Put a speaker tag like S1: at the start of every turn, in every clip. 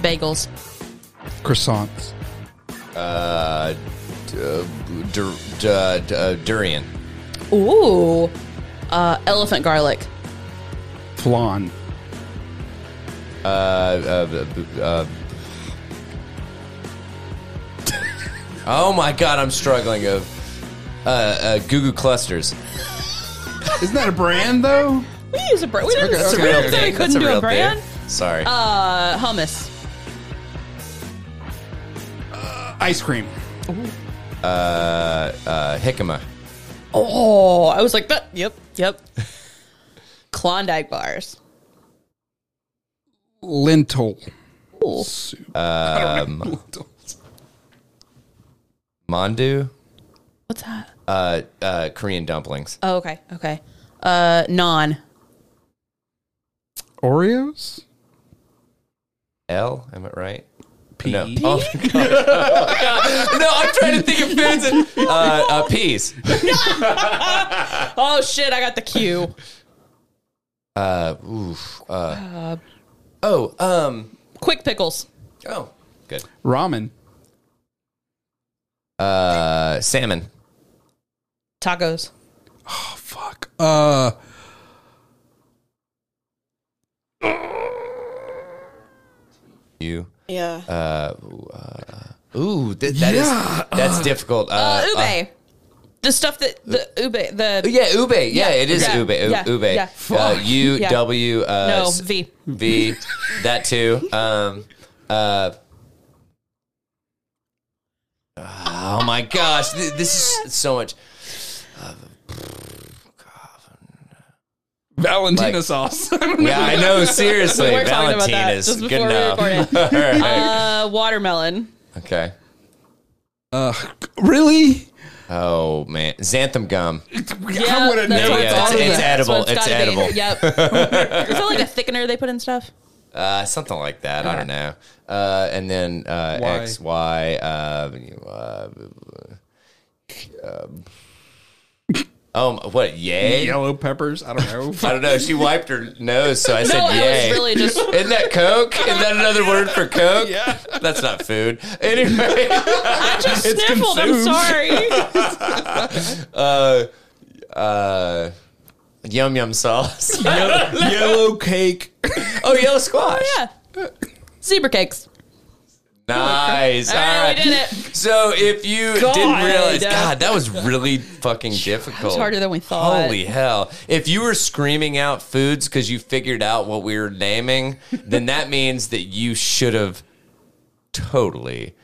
S1: bagels?
S2: Croissants.
S3: Uh, d- uh, dur- d- uh, d- uh, durian.
S1: Ooh. Uh, elephant garlic.
S2: Flan.
S3: Uh, uh, b- b- uh, oh my god, I'm struggling. Of uh, uh, Goo Goo Clusters.
S2: Isn't that a brand though?
S1: We use a brand. We didn't,
S3: That's a
S1: we
S3: real
S1: didn't say we
S3: thing.
S1: couldn't
S3: That's a
S1: do
S3: real
S1: a brand.
S3: thing. Sorry.
S1: Uh, hummus.
S2: Ice cream.
S3: Uh, jicama.
S1: Oh, I was like that. Yep, yep. Klondike bars.
S2: Lentil.
S1: Ooh.
S2: soup. Um, Lentils.
S3: Mandu.
S1: What's that?
S3: Uh, uh, Korean dumplings.
S1: Oh, okay, okay. Uh, non.
S2: Oreos.
S3: L, am I right? No.
S2: E?
S3: Oh, God. no, I'm trying to think of foods and uh, uh, peas.
S1: Oh shit! I got the cue.
S3: Uh, oof, uh, oh, um,
S1: Quick pickles.
S3: oh, good.
S2: Ramen.
S3: Uh, salmon.
S1: Tacos.
S2: Oh, fuck. Uh.
S3: You.
S1: Yeah.
S3: Uh, ooh, uh, ooh th- that is- that's difficult. Uh,
S1: Uh, ube.
S3: uh,
S1: the stuff that the ube the
S3: yeah, ube. Yeah, it is
S1: yeah,
S3: ube. u-
S1: yeah,
S3: ube.
S1: yeah.
S3: Uh, U
S1: Yeah.
S3: W. Uh,
S1: no
S3: s-
S1: v
S3: V. That too. Um. Uh. Oh my gosh, th- this is so much.
S2: Valentina
S3: Like-
S2: sauce.
S3: Yeah, I know. Seriously,
S1: We were talking about that
S3: Valentina's
S1: just
S3: good
S1: before we
S3: enough.
S1: recorded.
S3: All right.
S1: uh watermelon.
S3: okay.
S2: uh, really?
S3: Oh man, xanthan gum.
S2: I would
S1: that's
S2: have never
S1: what
S3: Yeah,
S2: thought
S3: it's-
S2: of
S3: it's
S2: that.
S1: That's what
S3: edible. It's
S1: gotta be.
S3: edible.
S1: Yep. is that like a thickener they put in stuff?
S3: Uh, something like that. I don't know. Uh, and then uh,
S2: Why?
S3: X Y. Uh, you know, uh, um, oh, what? Yay!
S2: Yellow peppers. I don't know.
S3: I don't know. She wiped her nose, so I said
S1: no,
S3: yay.
S1: it was really just
S3: Isn't that Coke? Isn't that another word for Coke? Yeah. That's not food. Anyway.
S1: I just sniffled. I'm
S2: consumed.
S1: sorry.
S3: Uh, uh, yum yum sauce.
S2: yellow, yellow cake.
S3: oh, yellow squash.
S1: yeah. Zebra cakes.
S3: Nice.
S1: All right, we
S3: All
S1: did
S3: right.
S1: it.
S3: So if you
S1: God.
S3: didn't realize,
S1: Yeah.
S3: God, that was really fucking difficult.
S1: It's harder than we thought.
S3: Holy hell. If you were screaming out foods because you figured out what we were naming, then that means that you should have totally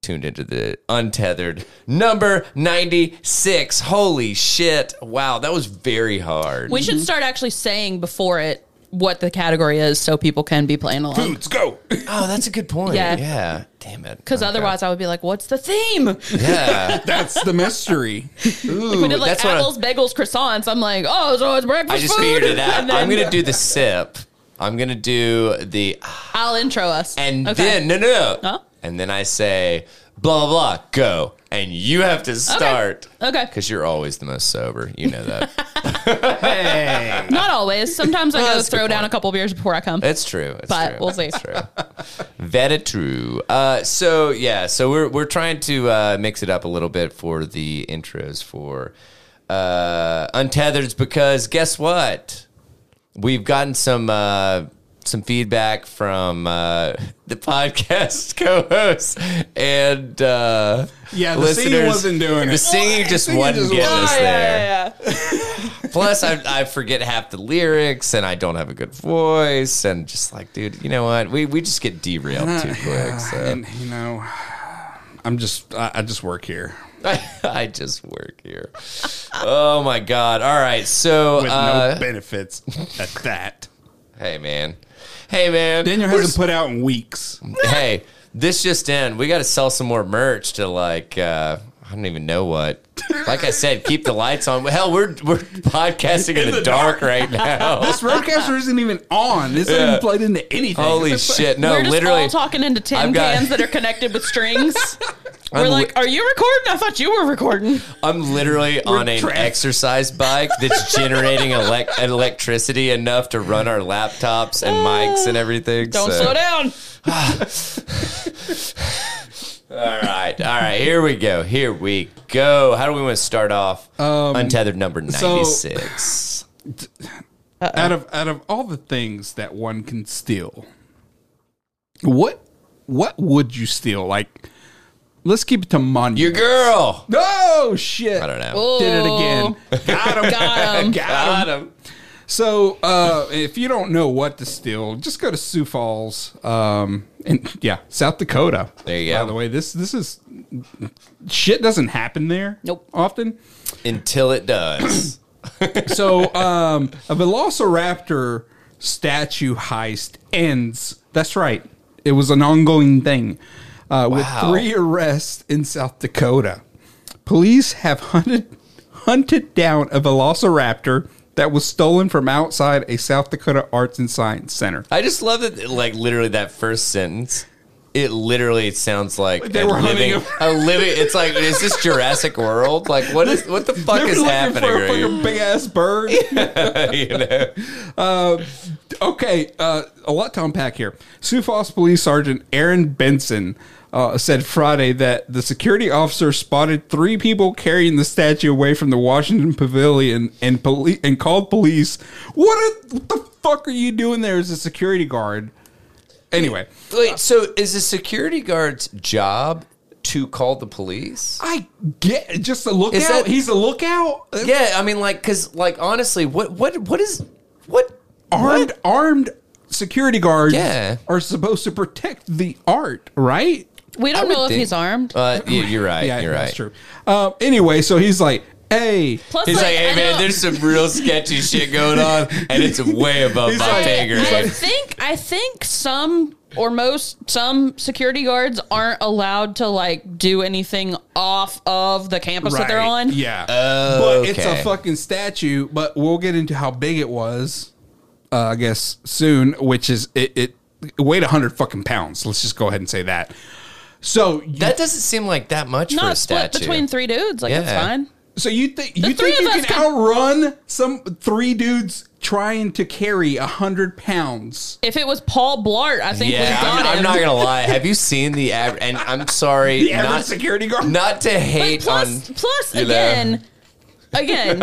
S3: tuned into the untethered number 96. Holy shit. Wow, that was very hard.
S1: We
S2: Mm-hmm.
S1: should start actually saying before it what the category is so people can be playing along.
S2: Let's go.
S3: oh, that's a good point.
S1: Yeah.
S3: Yeah. Damn it.
S1: Because
S3: Okay.
S1: otherwise, I would be like, what's the theme?
S3: Yeah.
S2: That's the mystery.
S3: Ooh,
S1: We did like
S3: that's what I-
S1: apples, bagels, croissants. I'm like, oh, so it's breakfast
S3: I just
S1: food.
S3: figured it out.
S1: And then
S3: I'm gonna do the sip. I'm gonna do the
S1: I'll intro us.
S3: and then no no no.
S1: Huh?
S3: And then I say blah blah blah go, and you have to start
S1: Okay.
S3: because you're always the most sober. You know that.
S2: Hey.
S1: Not always. Sometimes I
S3: Well,
S1: go
S3: that's a good
S1: throw down
S3: point.
S1: a couple beers before I come.
S3: It's true. It's
S1: But
S3: true.
S1: we'll see.
S3: It's true. Very true. Uh, so yeah, so we're we're trying to uh, mix it up a little bit for the intros for uh, Untethered because guess what? We've gotten some uh, some feedback from uh, the podcast co-hosts and uh,
S2: Yeah, the singing
S3: listeners.
S2: wasn't doing
S3: The
S2: it.
S3: singing just
S2: Singing
S3: wasn't
S2: just
S3: getting
S2: wasn't-
S3: us
S1: Oh,
S3: there.
S1: yeah, yeah,
S3: Plus, I, I forget half the lyrics, and I don't have a good voice, and just like, dude, you know what? We we just get derailed too quick. So
S2: And, you know, I'm just, I, I just work here
S3: I, I just work here. Oh my god! All right, so
S2: with
S3: uh,
S2: no benefits at that.
S3: hey man, hey man,
S2: Daniel
S3: We're
S2: hasn't put out in weeks.
S3: s- hey, this just in. We got to sell some more merch to like. Uh, I don't even know what. Like I said, keep the lights on. Hell, we're we're podcasting in, the, dark, right now.
S2: This roadcaster isn't even on. It's not even plugged into anything.
S3: Holy shit! No,
S1: We're just
S3: literally.
S1: all talking into tin
S3: I've got-
S1: cans that are connected with strings. We're
S3: I'm
S2: oh,
S1: like, are you recording? I thought you were recording.
S3: I'm literally on an
S2: trapped.
S3: exercise bike that's generating elec- electricity enough to run our laptops and mics and everything.
S1: Don't
S3: so-
S1: slow down.
S3: All right, all right. Here we go. Here we go. How do we want to start off? Untethered number
S2: Um, so-
S3: ninety six.
S2: out of out of all the things that one can steal, what what would you steal? Like, let's keep it to money.
S3: Your girl.
S2: oh shit!
S3: I don't know.
S2: Did it again. Got him.
S1: Got 'em.
S2: Oh, Got him. So, uh, if you don't know what to steal, just go to Sioux Falls, um, and yeah, South Dakota.
S3: There you
S2: By
S3: go.
S2: the way, this this is shit doesn't happen there.
S1: Nope.
S2: Often.
S3: Until it does.
S2: So, um, a Velociraptor statue heist ends. That's right. It was an ongoing thing uh,
S3: Wow.
S2: with three arrests in South Dakota. Police have hunted hunted down a Velociraptor that was stolen from outside a South Dakota Arts and Science Center.
S3: I just love that, like literally that first sentence. It literally sounds like
S2: They
S3: a
S2: were hunting
S3: living,
S2: him.
S3: a living. It's like, is this Jurassic World? Like, what is what the fuck
S2: They were
S3: is
S2: looking
S3: happening
S2: for a
S3: right
S2: fucking big ass bird.
S3: here? You know?
S2: Okay, uh, a lot to unpack here. Sioux Falls Police Sergeant Aaron Benson uh, said Friday that the security officer spotted three people carrying the statue away from the Washington Pavilion and poli- and called police. What, a- what the fuck are you doing there as a security guard? Anyway,
S3: Wait, so is a security guard's job to call the police?
S2: I get just a lookout.
S3: Is that-
S2: He's a lookout.
S3: Yeah, I mean, like, cause, like, honestly, what, what, what is, what?
S2: Armed armed security guards
S3: Yeah.
S2: are supposed to protect the art, right?
S1: We don't
S3: would
S1: know if
S3: think-
S1: he's armed.
S3: Uh, yeah, you're right.
S2: Yeah,
S3: you're right.
S2: that's true. Um, anyway, so he's like, "Hey,
S1: Plus,
S3: He's like, hey
S1: I
S3: man,
S1: don't-
S3: there's some real sketchy shit going on, and it's way above
S2: He's
S3: my
S2: like-
S3: pay grade.
S2: he's
S1: I think I think some or most some security guards aren't allowed to like do anything off of the campus that they're
S2: Right,
S1: on.
S2: Yeah.
S3: Oh,
S2: But it's a
S3: okay.
S2: fucking statue, but we'll get into how big it was, uh, I guess, soon, which is it, it it weighed 100 fucking pounds. Let's just go ahead and say that. So, you-
S3: that doesn't seem like that much for a
S1: Not split
S3: statue.
S1: between three dudes. Like that's
S3: Yeah.
S1: fine.
S2: so you, thi- you
S1: three
S2: think you
S1: of
S2: can
S1: us could-
S2: outrun some three dudes trying to carry 100 pounds?
S1: If it was Paul Blart, I think
S3: yeah,
S1: we got
S3: I'm, I'm
S1: him.
S3: not gonna lie. Have you seen the average? And I'm sorry,
S2: The average
S3: not
S2: security guard?
S3: not to
S1: But
S3: hate
S1: plus,
S3: on.
S1: plus
S3: you know.
S1: again, again,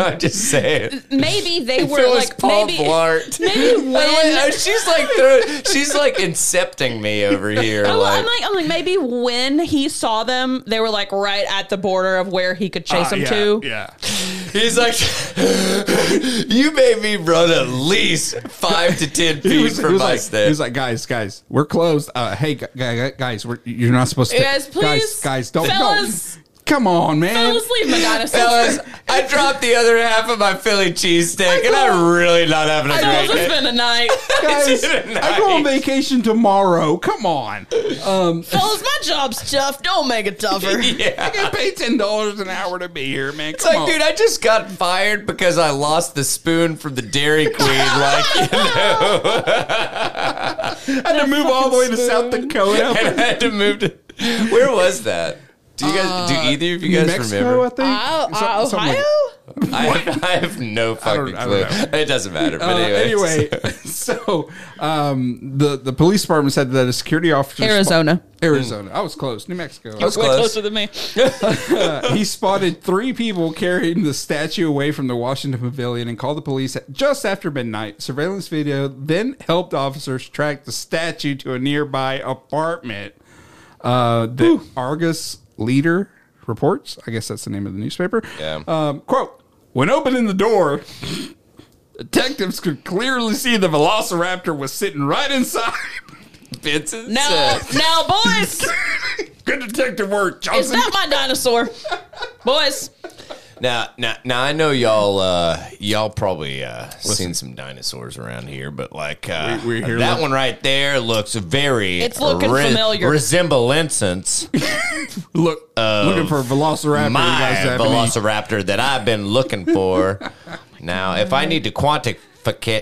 S3: I'm just saying.
S1: maybe they
S3: If
S1: were
S3: it was
S1: like
S3: Paul
S1: maybe
S3: Blart.
S1: maybe when.
S3: she's like throwing, she's like incepting me over here.
S1: I'm like,
S3: Like,
S1: Oh, I'm like, I'm like, maybe when he saw them, they were like right at the border of where he could chase
S2: Ah,
S1: them
S2: yeah,
S1: to.
S2: Yeah.
S3: he's like, you made me run at least five to ten feet
S2: He was, he
S3: from
S2: was
S3: my
S2: like,
S3: step.
S2: he was like, guys, guys, we're closed. Uh, hey, gu- gu- guys, we're, you're not supposed to.
S1: Guys, please.
S2: guys, guys, don't,
S1: Fellas.
S2: don't. Come on, man.
S1: Fellas, leave Madonna.
S3: Fellas, I dropped the other half of my Philly cheesesteak, and I'm really not having a
S1: Girls,
S3: great
S1: it's
S3: day.
S1: been a night.
S2: guys,
S3: Tonight.
S2: I go on vacation tomorrow. Come on.
S1: Fellas, my job's tough. Don't make it tougher.
S2: I
S3: Yeah.
S2: got paid ten dollars an hour to be here, man.
S3: It's
S2: Come
S3: like,
S2: on.
S3: dude, I just got fired because I lost the spoon from the Dairy Queen. Like, you know,
S2: I had to move all the way to South Dakota.
S3: and I had to move to. Where was that? Do you guys?
S2: Uh,
S3: do either of you guys remember?
S2: I think.
S1: Oh,
S2: Some-
S1: uh,
S2: something like-
S1: Ohio?
S3: I have, I have no fucking
S2: I
S3: clue.
S2: don't know.
S3: It doesn't matter. But
S2: Uh,
S3: anyway,
S2: anyway, so um, the the police department said that a security officer spo-
S1: Arizona.
S2: Arizona. I was close. New Mexico. I was
S1: Way
S3: close.
S1: closer than me.
S2: Uh, he spotted three people carrying the statue away from the Washington Pavilion and called the police at just after midnight. Surveillance video then helped officers track the statue to a nearby apartment. Uh, the Argus Leader reports, I guess that's the name of the newspaper.
S3: Yeah.
S2: Um, quote When opening the door, detectives could clearly see the velociraptor was sitting right inside.
S3: Vincent's,
S1: Now,
S3: uh,
S1: now, boys,
S2: Good detective work,
S1: it's
S2: Johnson.
S1: not my dinosaur. Boys,
S3: Now, now, now I know y'all. Uh, y'all probably uh, seen some dinosaurs around here, but like uh,
S2: We- we're here
S3: that
S2: look-
S3: one right there looks very.
S1: It's looking familiar.
S3: Resemblance.
S2: Look, looking for Velociraptor. you
S3: Oh, my
S2: guys have any-
S3: velociraptor that I've been looking for. now, if I need to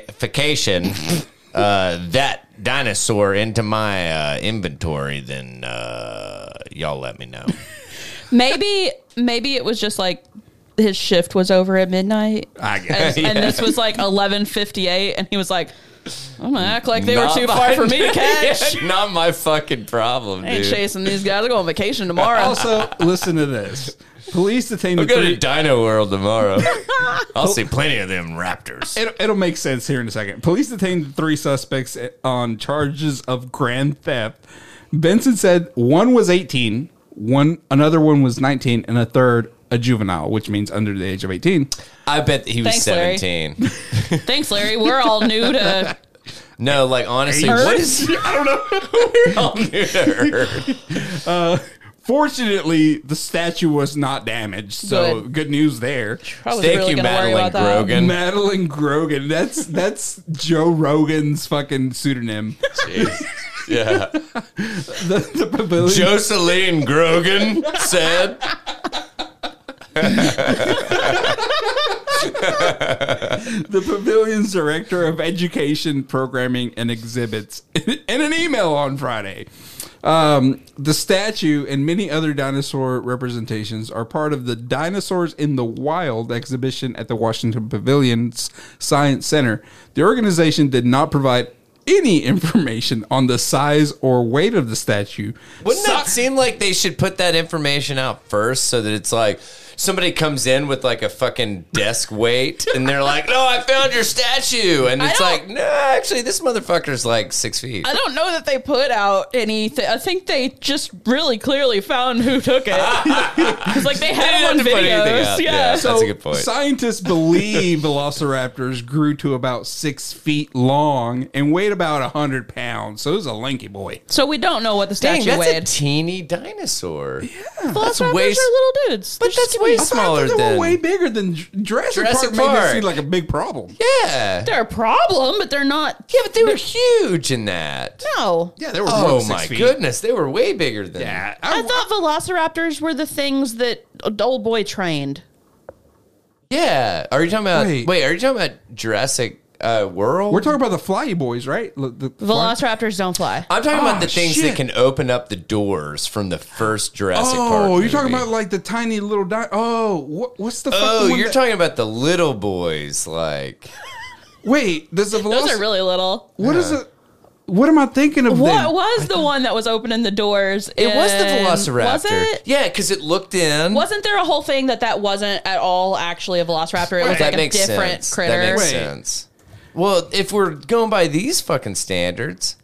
S3: quantification uh, that dinosaur into my uh, inventory, then uh, y'all let me know.
S1: Maybe maybe it was just like his shift was over at midnight.
S2: I guess.
S1: And, and this was like eleven fifty eight, and he was like, "I'm gonna act like they
S3: Not
S1: were too
S3: my-
S1: far for me to catch."
S3: Yeah, not my fucking problem,
S1: I ain't
S3: dude.
S1: chasing these guys. I go on vacation tomorrow.
S2: also, listen to this. Police detained the
S3: We'll go to
S2: three.
S3: Dino World tomorrow. I'll see plenty of them raptors.
S2: It'll, it'll make sense here in a second. Police detained the three suspects on charges of grand theft. Benson said one was 18, one another one was 19, and a third a juvenile, which means under the age of 18.
S3: I bet he was
S1: Thanks, Larry.
S3: 17.
S1: Thanks, Larry. We're all new to
S3: No, like honestly,
S2: Hurt?
S3: what is
S2: I don't know.
S3: wrong with her?
S2: Fortunately, the statue was not damaged, so good,
S1: Good.
S2: news there.
S1: I was
S3: Thank
S1: really
S3: you,
S1: gonna worry
S3: Madeline
S1: about that.
S3: Grogan.
S2: Madeline Grogan. That's that's Joe Rogan's fucking pseudonym.
S3: Jeez. Yeah.
S2: The, the pavilion.
S3: Jocelyn Grogan said.
S2: the pavilion's director of education, programming, and exhibits in an email on Friday. Um, the statue and many other dinosaur representations are part of the Dinosaurs in the Wild exhibition at the Washington Pavilion's Science Center. The organization did not provide any information on the size or weight of the statue.
S3: Wouldn't
S2: So-
S3: that seem like they should put that information out first so that it's like somebody comes in with like a fucking desk weight and they're like, no, I found your statue. And
S1: I
S3: it's
S1: don't-
S3: like, no, actually, this motherfucker's like six feet.
S1: I don't know that they put out anything. I think they just really clearly found who took it. it's like they had
S3: didn't
S1: it on
S3: have to put anything
S1: videos.
S3: up,
S1: Yeah.
S3: yeah.
S1: So-
S3: That's a good point.
S2: Scientists believe velociraptors grew to about six feet long and weighed about 100 pounds. So it was a lanky boy.
S1: So we don't know what the statue
S3: that's
S1: weighed.
S3: a teeny dinosaur. Yeah,
S1: Velociraptors
S3: that's way.
S1: are little dudes. But
S3: that's way
S2: I
S3: smaller
S2: thought they
S3: than.
S2: were way bigger than Jurassic,
S3: Jurassic
S2: Park. Made
S3: Park.
S2: it seem like a big problem.
S3: yeah.
S1: they're a problem, but they're not.
S3: Yeah, but they were huge in that.
S1: No.
S2: Yeah, they were. more
S3: Oh
S2: than six
S3: my
S2: feet.
S3: goodness, they were way bigger than.
S2: Yeah,
S1: I
S2: I,
S1: thought velociraptors were the things that old boy trained.
S3: Yeah. Are you talking about?
S2: Wait.
S3: Wait, are you talking about Jurassic uh, World?
S2: we're talking about the flyy boys, right? The, the fly-
S1: Velociraptors don't fly.
S3: I'm talking
S2: Ah,
S3: about the things
S2: shit.
S3: that can open up the doors from the first Jurassic Park.
S2: Oh, you're talking
S3: movie.
S2: about like the tiny little di- Oh, what, what's the?
S3: Oh,
S2: fucking one
S3: you're
S2: that-
S3: talking about the little boys, like
S2: Wait, there's a
S1: Those
S2: velociraptor.
S1: are really little.
S2: what is it? What am I thinking of? then?
S1: What was the one that was opening the doors?
S3: it was the
S1: in-
S3: Velociraptor.
S1: Was it?
S3: Yeah, because it looked in.
S1: Wasn't there a whole thing that that wasn't at all actually a velociraptor? It was
S3: that
S1: like a
S3: makes
S1: different
S3: sense.
S1: critter.
S3: That makes
S2: Wait.
S3: sense. Well, if we're going by these fucking standards,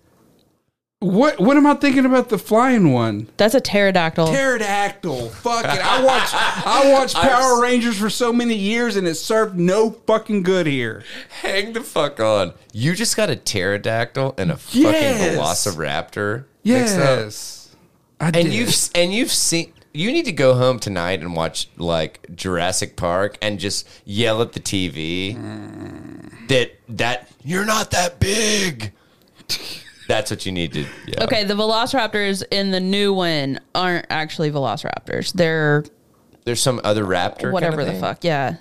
S2: What what am I thinking about the flying one?
S1: That's a pterodactyl.
S2: Pterodactyl. Fuck it. I watched I watched Power Rangers for so many years and it served no fucking good here.
S3: hang the fuck on. You just got a pterodactyl and a
S2: Yes.
S3: fucking Velociraptor. mixed up.
S2: Yes. I
S3: and
S2: did.
S3: you've and you've seen you need to go home tonight and watch like Jurassic Park and just yell at the TV
S1: Mm.
S3: that that you're not that big. That's what you need to. Yeah.
S1: okay, the velociraptors in the new one aren't actually velociraptors. They're
S3: There's some other raptor.
S1: whatever the fuck. Yeah.
S3: fuck.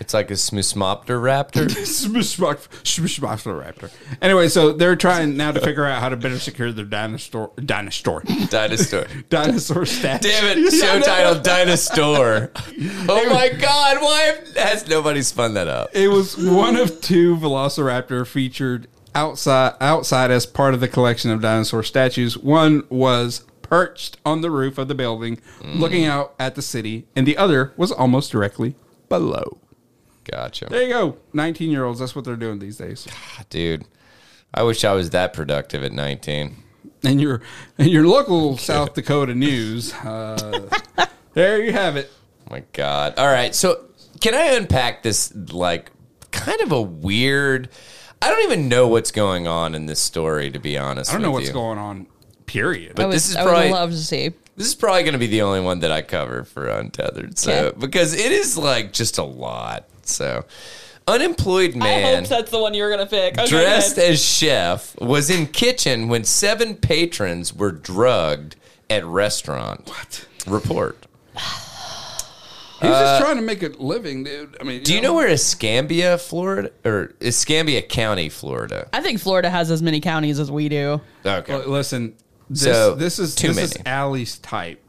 S3: It's like a Smusmopter raptor.
S2: Smushbox- Smushboxoraptor. Anyway, so they're trying now to figure out how to better secure their dinosaur dinosaur
S3: dinosaur.
S2: dinosaur statue.
S3: Damn it! Show title dinosaur. Oh my god! Why has nobody spun that up?
S2: It was one of two Velociraptor featured outside outside as part of the collection of dinosaur statues. One was perched on the roof of the building,
S3: Mm.
S2: looking out at the city, and the other was almost directly below.
S3: Gotcha,
S2: There you go. Nineteen year olds, that's what they're doing these days.
S3: dude. I wish I was that productive at 19.
S2: And your and your local South Dakota news. Uh, there you have it.
S3: my god all right so can i unpack this like kind of a weird i don't even know what's going on in this story to be honest
S2: I don't know what's going on. Period.
S1: I
S3: but
S1: would,
S3: this is
S1: I
S3: probably
S1: would love to see.
S3: This is probably going to be the only one that I cover for Untethered, so
S1: Okay.
S3: because it is like just a lot. So, unemployed man.
S1: I hope that's the one you were gonna pick. Okay,
S3: dressed
S1: good.
S3: as chef, was in kitchen when seven patrons were drugged at restaurant. What? Report.
S2: He's just trying to make a living, dude. I mean,
S3: Uh, Do you know where Escambia, Florida, or Escambia County, Florida?
S1: I think Florida has as many counties as we do.
S3: Okay.
S2: Well, listen, this,
S3: So,
S2: this is
S3: too
S2: this is
S3: many.
S2: Allie's type.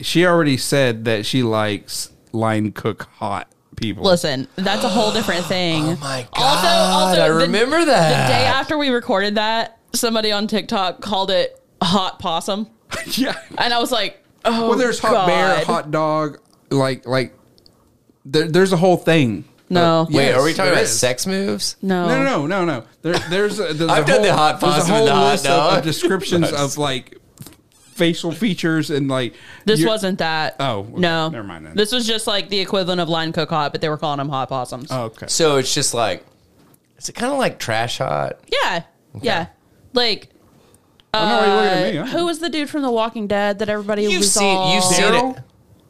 S2: She already said that she likes line cook hot people.
S1: Listen, that's a whole different thing. oh
S3: my God, I remember that.
S1: The day after we recorded that, somebody on TikTok called it hot possum,
S2: yeah.
S1: and I was like, "Oh,
S2: well, there's hot bear,
S1: God.
S2: hot dog, like like. There, there's a whole thing.
S1: No.
S2: yeah.
S3: Wait, are we
S2: yes,
S3: talking
S2: there
S3: about
S2: is.
S3: sex moves?
S1: No,
S2: No, no, no, no. There, there's a, there's
S3: I've
S2: a
S3: done
S2: whole,
S3: the hot
S2: there's a
S3: possum
S2: whole
S3: and the hot
S2: list of- Of,
S3: dog.
S2: descriptions of like facial features and like
S1: This
S2: you're-
S1: wasn't that.
S2: Oh, okay.
S1: no,
S2: Never mind then.
S1: This was just like the equivalent of line cook hot, but they were calling them hot possums.
S2: Oh, okay.
S3: So it's just like, is it kind of like trash hot?
S1: Yeah, yeah. Like,
S2: I don't know why you're looking at
S1: uh,
S2: me.
S1: who was the dude from The Walking Dead that everybody
S3: You've
S1: was
S3: seen,
S1: all-
S3: you've seen it.
S2: Daryl?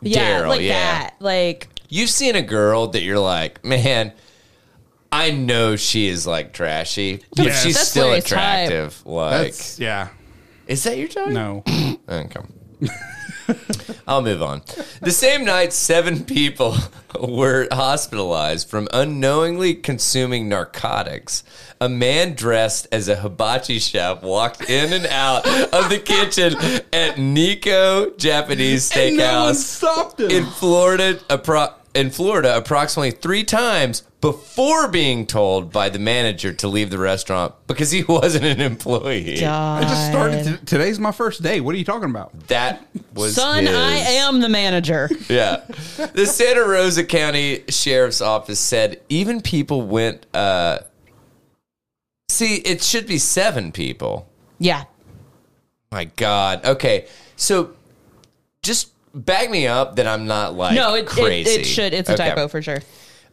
S1: yeah,
S3: Daryl,
S1: like
S3: yeah.
S1: that, like
S3: You've seen a girl that you're like, man, I know she is like trashy, but
S2: Yes.
S3: she's
S1: That's
S3: still
S1: where it's hype.
S3: attractive. Like,
S2: That's yeah.
S3: is that your time?
S2: No.
S3: Okay. Eh, I'll move on. The same night, seven people were hospitalized from unknowingly consuming narcotics. A man dressed as a hibachi chef walked in and out of the kitchen at Nico Japanese
S2: And no
S3: Steakhouse
S2: one stopped him.
S3: in Florida. Appro- in Florida, approximately three times before being told by the manager to leave the restaurant because he wasn't an employee.
S1: God.
S2: I just started. To, today's my first day. What are you talking about?
S3: That was
S1: Son,
S3: his-
S1: I am the manager.
S3: yeah. The Santa Rosa County Sheriff's Office said even people went. Uh, see, it should be seven people.
S1: yeah.
S3: My God. Okay, so just back me up that I'm not like
S1: No, it, it,
S3: crazy.
S1: it should. It's a
S3: Okay.
S1: typo for sure.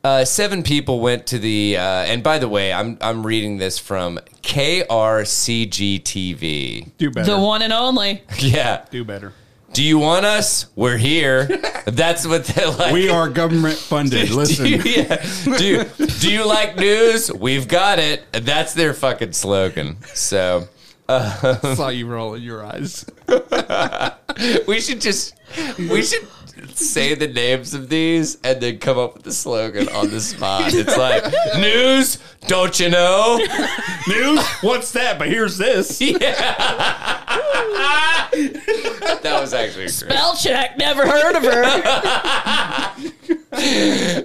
S3: Uh, seven people went to the. Uh, and by the way, I'm I'm reading this from KRCG TV.
S2: Do better.
S1: The one and only.
S3: Yeah.
S2: Do better.
S3: Do you want us? We're here. That's what they like.
S2: We are government funded.
S3: Do you,
S2: Listen.
S3: yeah. do, you, do you like news? We've got it. That's their fucking slogan. So
S2: I saw you rolling your eyes.
S3: we should just we should say the names of these and then come up with the slogan on the spot. It's like news, don't you know?
S2: News? What's that? But here's this.
S3: Yeah. that was actually great.
S1: Bell check. Never heard of her.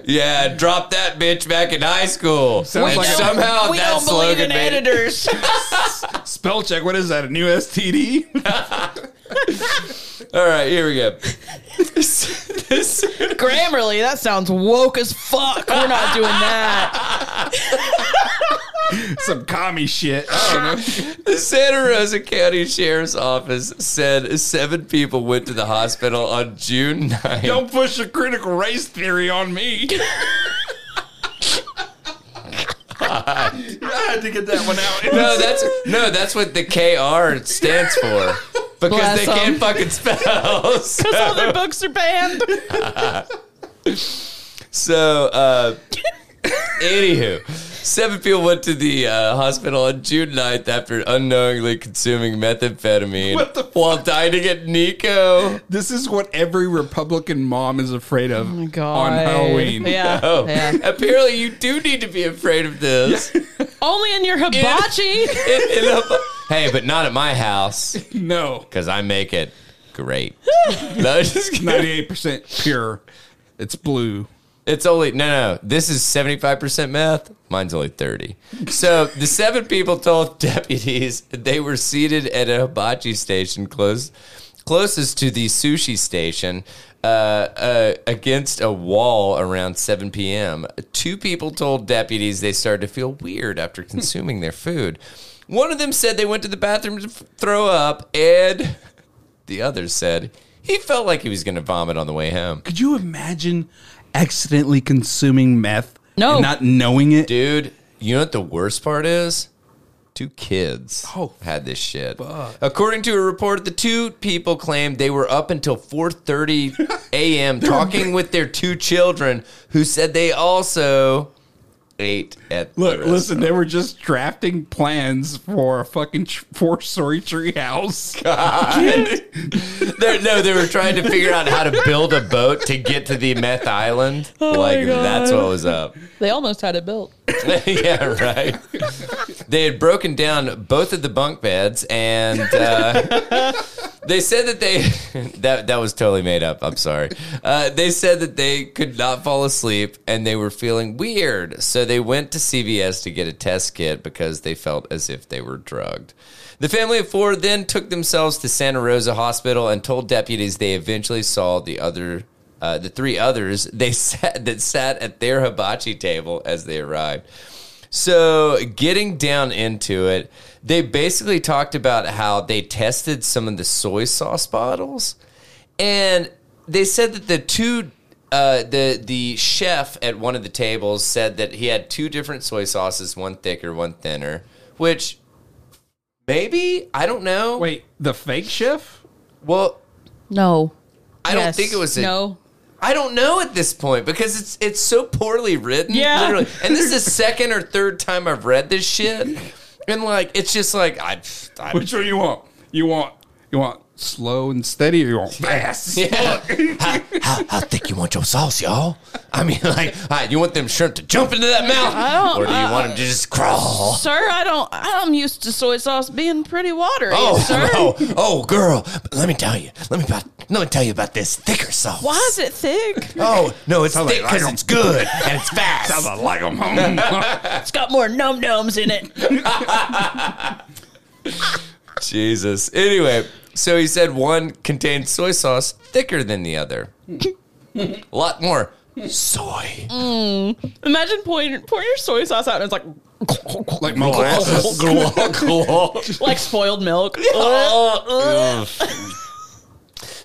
S3: Yeah, drop that bitch back in high school.
S2: Sounds
S3: and
S2: like a-
S3: somehow
S1: we
S3: that
S1: don't believe
S3: slogan
S1: in
S3: made it.
S1: editors.
S2: Spell check. What is that? A new STD?
S3: All right, here we go. this, this-
S1: Grammarly. That sounds woke as fuck. We're not doing that.
S2: Some commie shit. I don't know.
S3: The Santa Rosa County Sheriff's Office said seven people went to the hospital on June 9th.
S2: Don't push the critical race theory on me. I had to get that one out.
S3: No, that's no, that's what the KR stands for. Because
S1: Bless
S3: they
S1: 'em.
S3: can't fucking spell.
S1: Because
S3: So,
S1: all their books are banned.
S3: so, uh anywho. Seven people went to the uh, hospital on June 9th after unknowingly consuming methamphetamine
S2: What the fuck?
S3: while dining at Nico.
S2: This is what every Republican mom is afraid of
S1: Oh my
S2: on
S1: God.
S2: Halloween.
S1: Yeah.
S3: Oh,
S1: yeah.
S3: apparently you do need to be afraid of this.
S1: Only in your hibachi.
S3: In- in a- hey, but not at my house
S2: No.
S3: because I make it great. No, just kidding.
S2: 98% pure. It's blue.
S3: It's only no, no. This is seventy five percent meth. Mine's only thirty. So the seven people told deputies they were seated at a hibachi station close, closest to the sushi station, uh, uh, against a wall around seven p.m. Two people told deputies they started to feel weird after consuming their food. One of them said they went to the bathroom to f- throw up, and the other said he felt like he was going to vomit on the way home.
S2: Could you imagine accidentally consuming meth?
S1: No.
S2: And not knowing it?
S3: Dude, you know what the worst part is? Two kids
S2: Oh,
S3: had this shit.
S2: fuck.
S3: According to a report, the two people claimed they were up until 4:30 a.m. talking with their two children, who said they also ate at. the
S2: Look,
S3: restaurant.
S2: listen, they were just drafting plans for a fucking tr- four story tree house.
S3: They're- no, they were trying to figure out how to build a boat to get to the meth island.
S2: Oh
S3: like
S1: God.
S3: that's what was up.
S1: They almost had it built.
S3: yeah, right. They had broken down both of the bunk beds, and uh, they said that they that that was totally made up. I'm sorry. Uh, they said that they could not fall asleep, and they were feeling weird, so they went to CVS to get a test kit because they felt as if they were drugged. The family of four then took themselves to Santa Rosa Hospital and told deputies they eventually saw the other uh, the three others they sat that sat at their hibachi table as they arrived. So getting down into it, they basically talked about how they tested some of the soy sauce bottles, and they said that the two. Uh, the the chef at one of the tables said that he had two different soy sauces, one thicker, one thinner, which maybe I don't know.
S2: Wait, the fake chef?
S3: well,
S1: No.
S3: I don't think it was a
S1: No.
S3: I don't know at this point because it's it's so poorly written.
S1: Yeah.
S3: literally. And this is the second or third time I've read this shit, and like it's just like I, I
S2: Which one you want? You want you want slow and steady or you want fast?
S3: Yeah. how, how, how thick you want your sauce, y'all? I mean, like, all right, you want them shrimp to jump into that mouth,
S1: I don't-
S3: or do you want them to just crawl?
S1: Sir, I don't. I'm used to soy sauce being pretty watery, sir.
S3: Oh, oh, oh, girl! But let me tell you. Let me about, let me tell you about this thicker sauce.
S1: Why is it thick?
S3: Oh no, it's
S2: Sounds
S3: thick
S2: like
S3: because
S2: Lionel.
S3: it's good and it's fast.
S2: I like 'em. Mm.
S1: It's got more num nums in it.
S3: Jesus. Anyway, so he said one contained soy sauce thicker than the other. A lot more soy.
S1: Imagine pouring, pouring your soy sauce out and it's like
S2: like my glasses.
S1: like spoiled milk. Oh,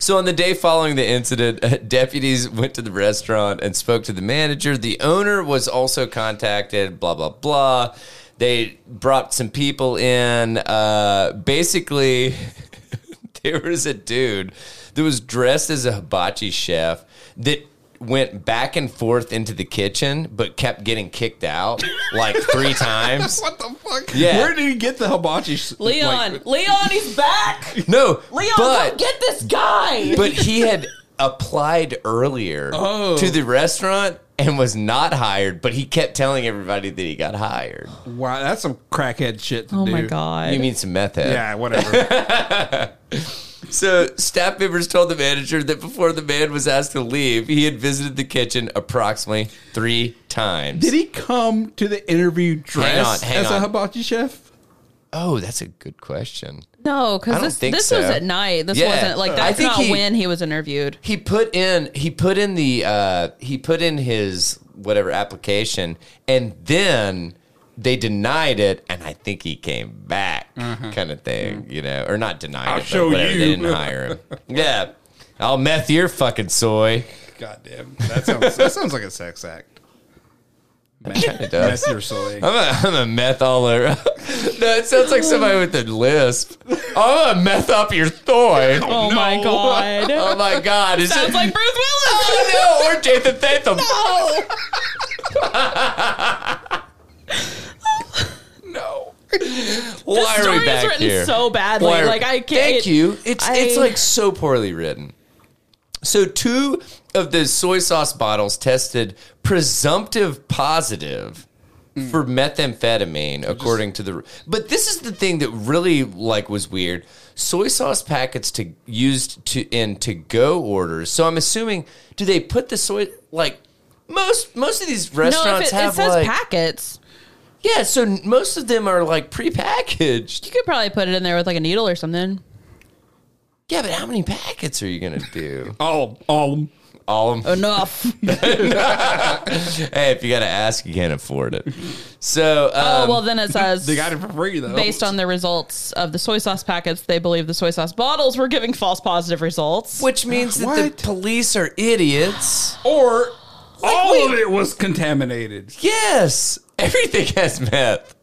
S3: So on the day following the incident, uh, deputies went to the restaurant and spoke to the manager. The owner was also contacted. Blah blah blah. They brought some people in. Uh, basically, there was a dude that was dressed as a hibachi chef that went back and forth into the kitchen, but kept getting kicked out like three times.
S2: what the fuck?
S3: Yeah.
S2: Where did he get the hibachi? s-
S1: Leon,
S2: like-
S1: Leon, he's back.
S3: No,
S1: Leon,
S3: but
S1: come get this guy.
S3: but he had applied earlier
S2: Oh.
S3: to the restaurant and was not hired, but he kept telling everybody that he got hired.
S2: wow, that's some crackhead shit to
S1: oh
S2: do.
S1: my god.
S3: You mean some meth head.
S2: Yeah, whatever.
S3: So staff members told the manager that before the man was asked to leave, he had visited the kitchen approximately three times.
S2: did he come to the interview dressed
S3: hang
S2: as a
S3: on.
S2: hibachi chef?
S3: oh, that's a good question.
S1: no,
S3: I
S1: because
S3: don't
S1: this
S3: think
S1: this
S3: so.
S1: was at night. This
S3: Yeah.
S1: wasn't like
S3: I
S1: that's
S3: think
S1: not
S3: he-
S1: when he was interviewed.
S3: He put in he put in the uh, he put in his whatever application and then they denied it and I think he came back kind of thing, you know, or not denied
S2: Mm-hmm. I'll
S3: it, but
S2: show
S3: whatever,
S2: you.
S3: they didn't hire him. yeah. I'll meth your fucking soy.
S2: God damn, that sounds that sounds like a sex act. Meth,
S3: does.
S2: meth your soy.
S3: I'm a, I'm a meth all over. no, it sounds like somebody with a lisp. I'm a meth up your thoy.
S1: Oh, my god.
S3: Oh my god. Is
S1: Sounds
S3: it,
S1: like Bruce Willis.
S3: Oh no, or Jason Statham.
S2: No.
S3: Why
S1: the
S3: are we
S1: story is
S3: back
S1: written
S3: here?
S1: so badly.
S3: Why are-
S1: like I can't.
S3: Thank you. It's it's
S1: I-
S3: like so poorly written. So two of the soy sauce bottles tested presumptive positive for methamphetamine, according to the. But this is the thing that really like was weird. Soy sauce packets to used to in to go orders. So I'm assuming do they put the soy like most most of these
S1: No,
S3: restaurants
S1: if it,
S3: have
S1: it says
S3: like
S1: packets,
S3: yeah. So most of them are like prepackaged.
S1: you could probably put it in there with like a needle or something.
S3: Yeah, but how many packets are you gonna do?
S2: All, all.
S3: All of them.
S1: Enough.
S3: Hey, if you gotta ask, you can't afford it. So, um,
S1: oh well, then it says
S2: They got it for free though.
S1: based on the results of the soy sauce packets, they believe the soy sauce bottles were giving false positive results.
S3: which means that
S2: What?
S3: the police are idiots.
S2: or all
S3: wait.
S2: of it was contaminated.
S3: Yes, everything has meth.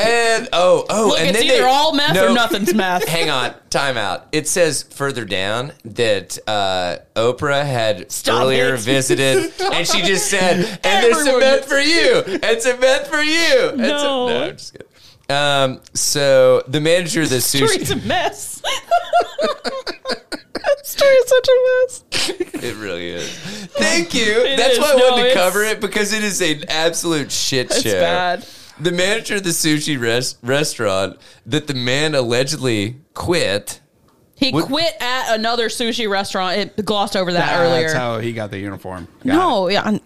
S3: And oh, oh,
S1: Look,
S3: and
S1: it's
S3: then
S1: either
S3: they-
S1: all meth or
S3: No.
S1: nothing's meth.
S3: Hang on, time out. It says further down that uh, Oprah had
S1: Stop
S3: earlier
S1: it.
S3: visited, and she just said, "And there's some
S1: Everyone
S3: meth
S1: gets-
S3: for you. It's a meth for you." And
S1: No.
S3: some- no, I'm just kidding. Um, so the manager of the
S1: Story's
S3: sushi,
S1: a mess. That Story's such a mess.
S3: it really is. Thank you.
S1: It
S3: That's
S1: is.
S3: why I
S1: No,
S3: wanted to
S1: it's-
S3: cover it because it is an absolute shit
S1: It's
S3: show.
S1: bad.
S3: The manager of the sushi res- restaurant that the man allegedly quit.
S1: He
S3: What-
S1: quit at another sushi restaurant. It glossed over that
S2: That's
S1: earlier.
S2: how he got the uniform. Got it.
S1: no, yeah, I'm-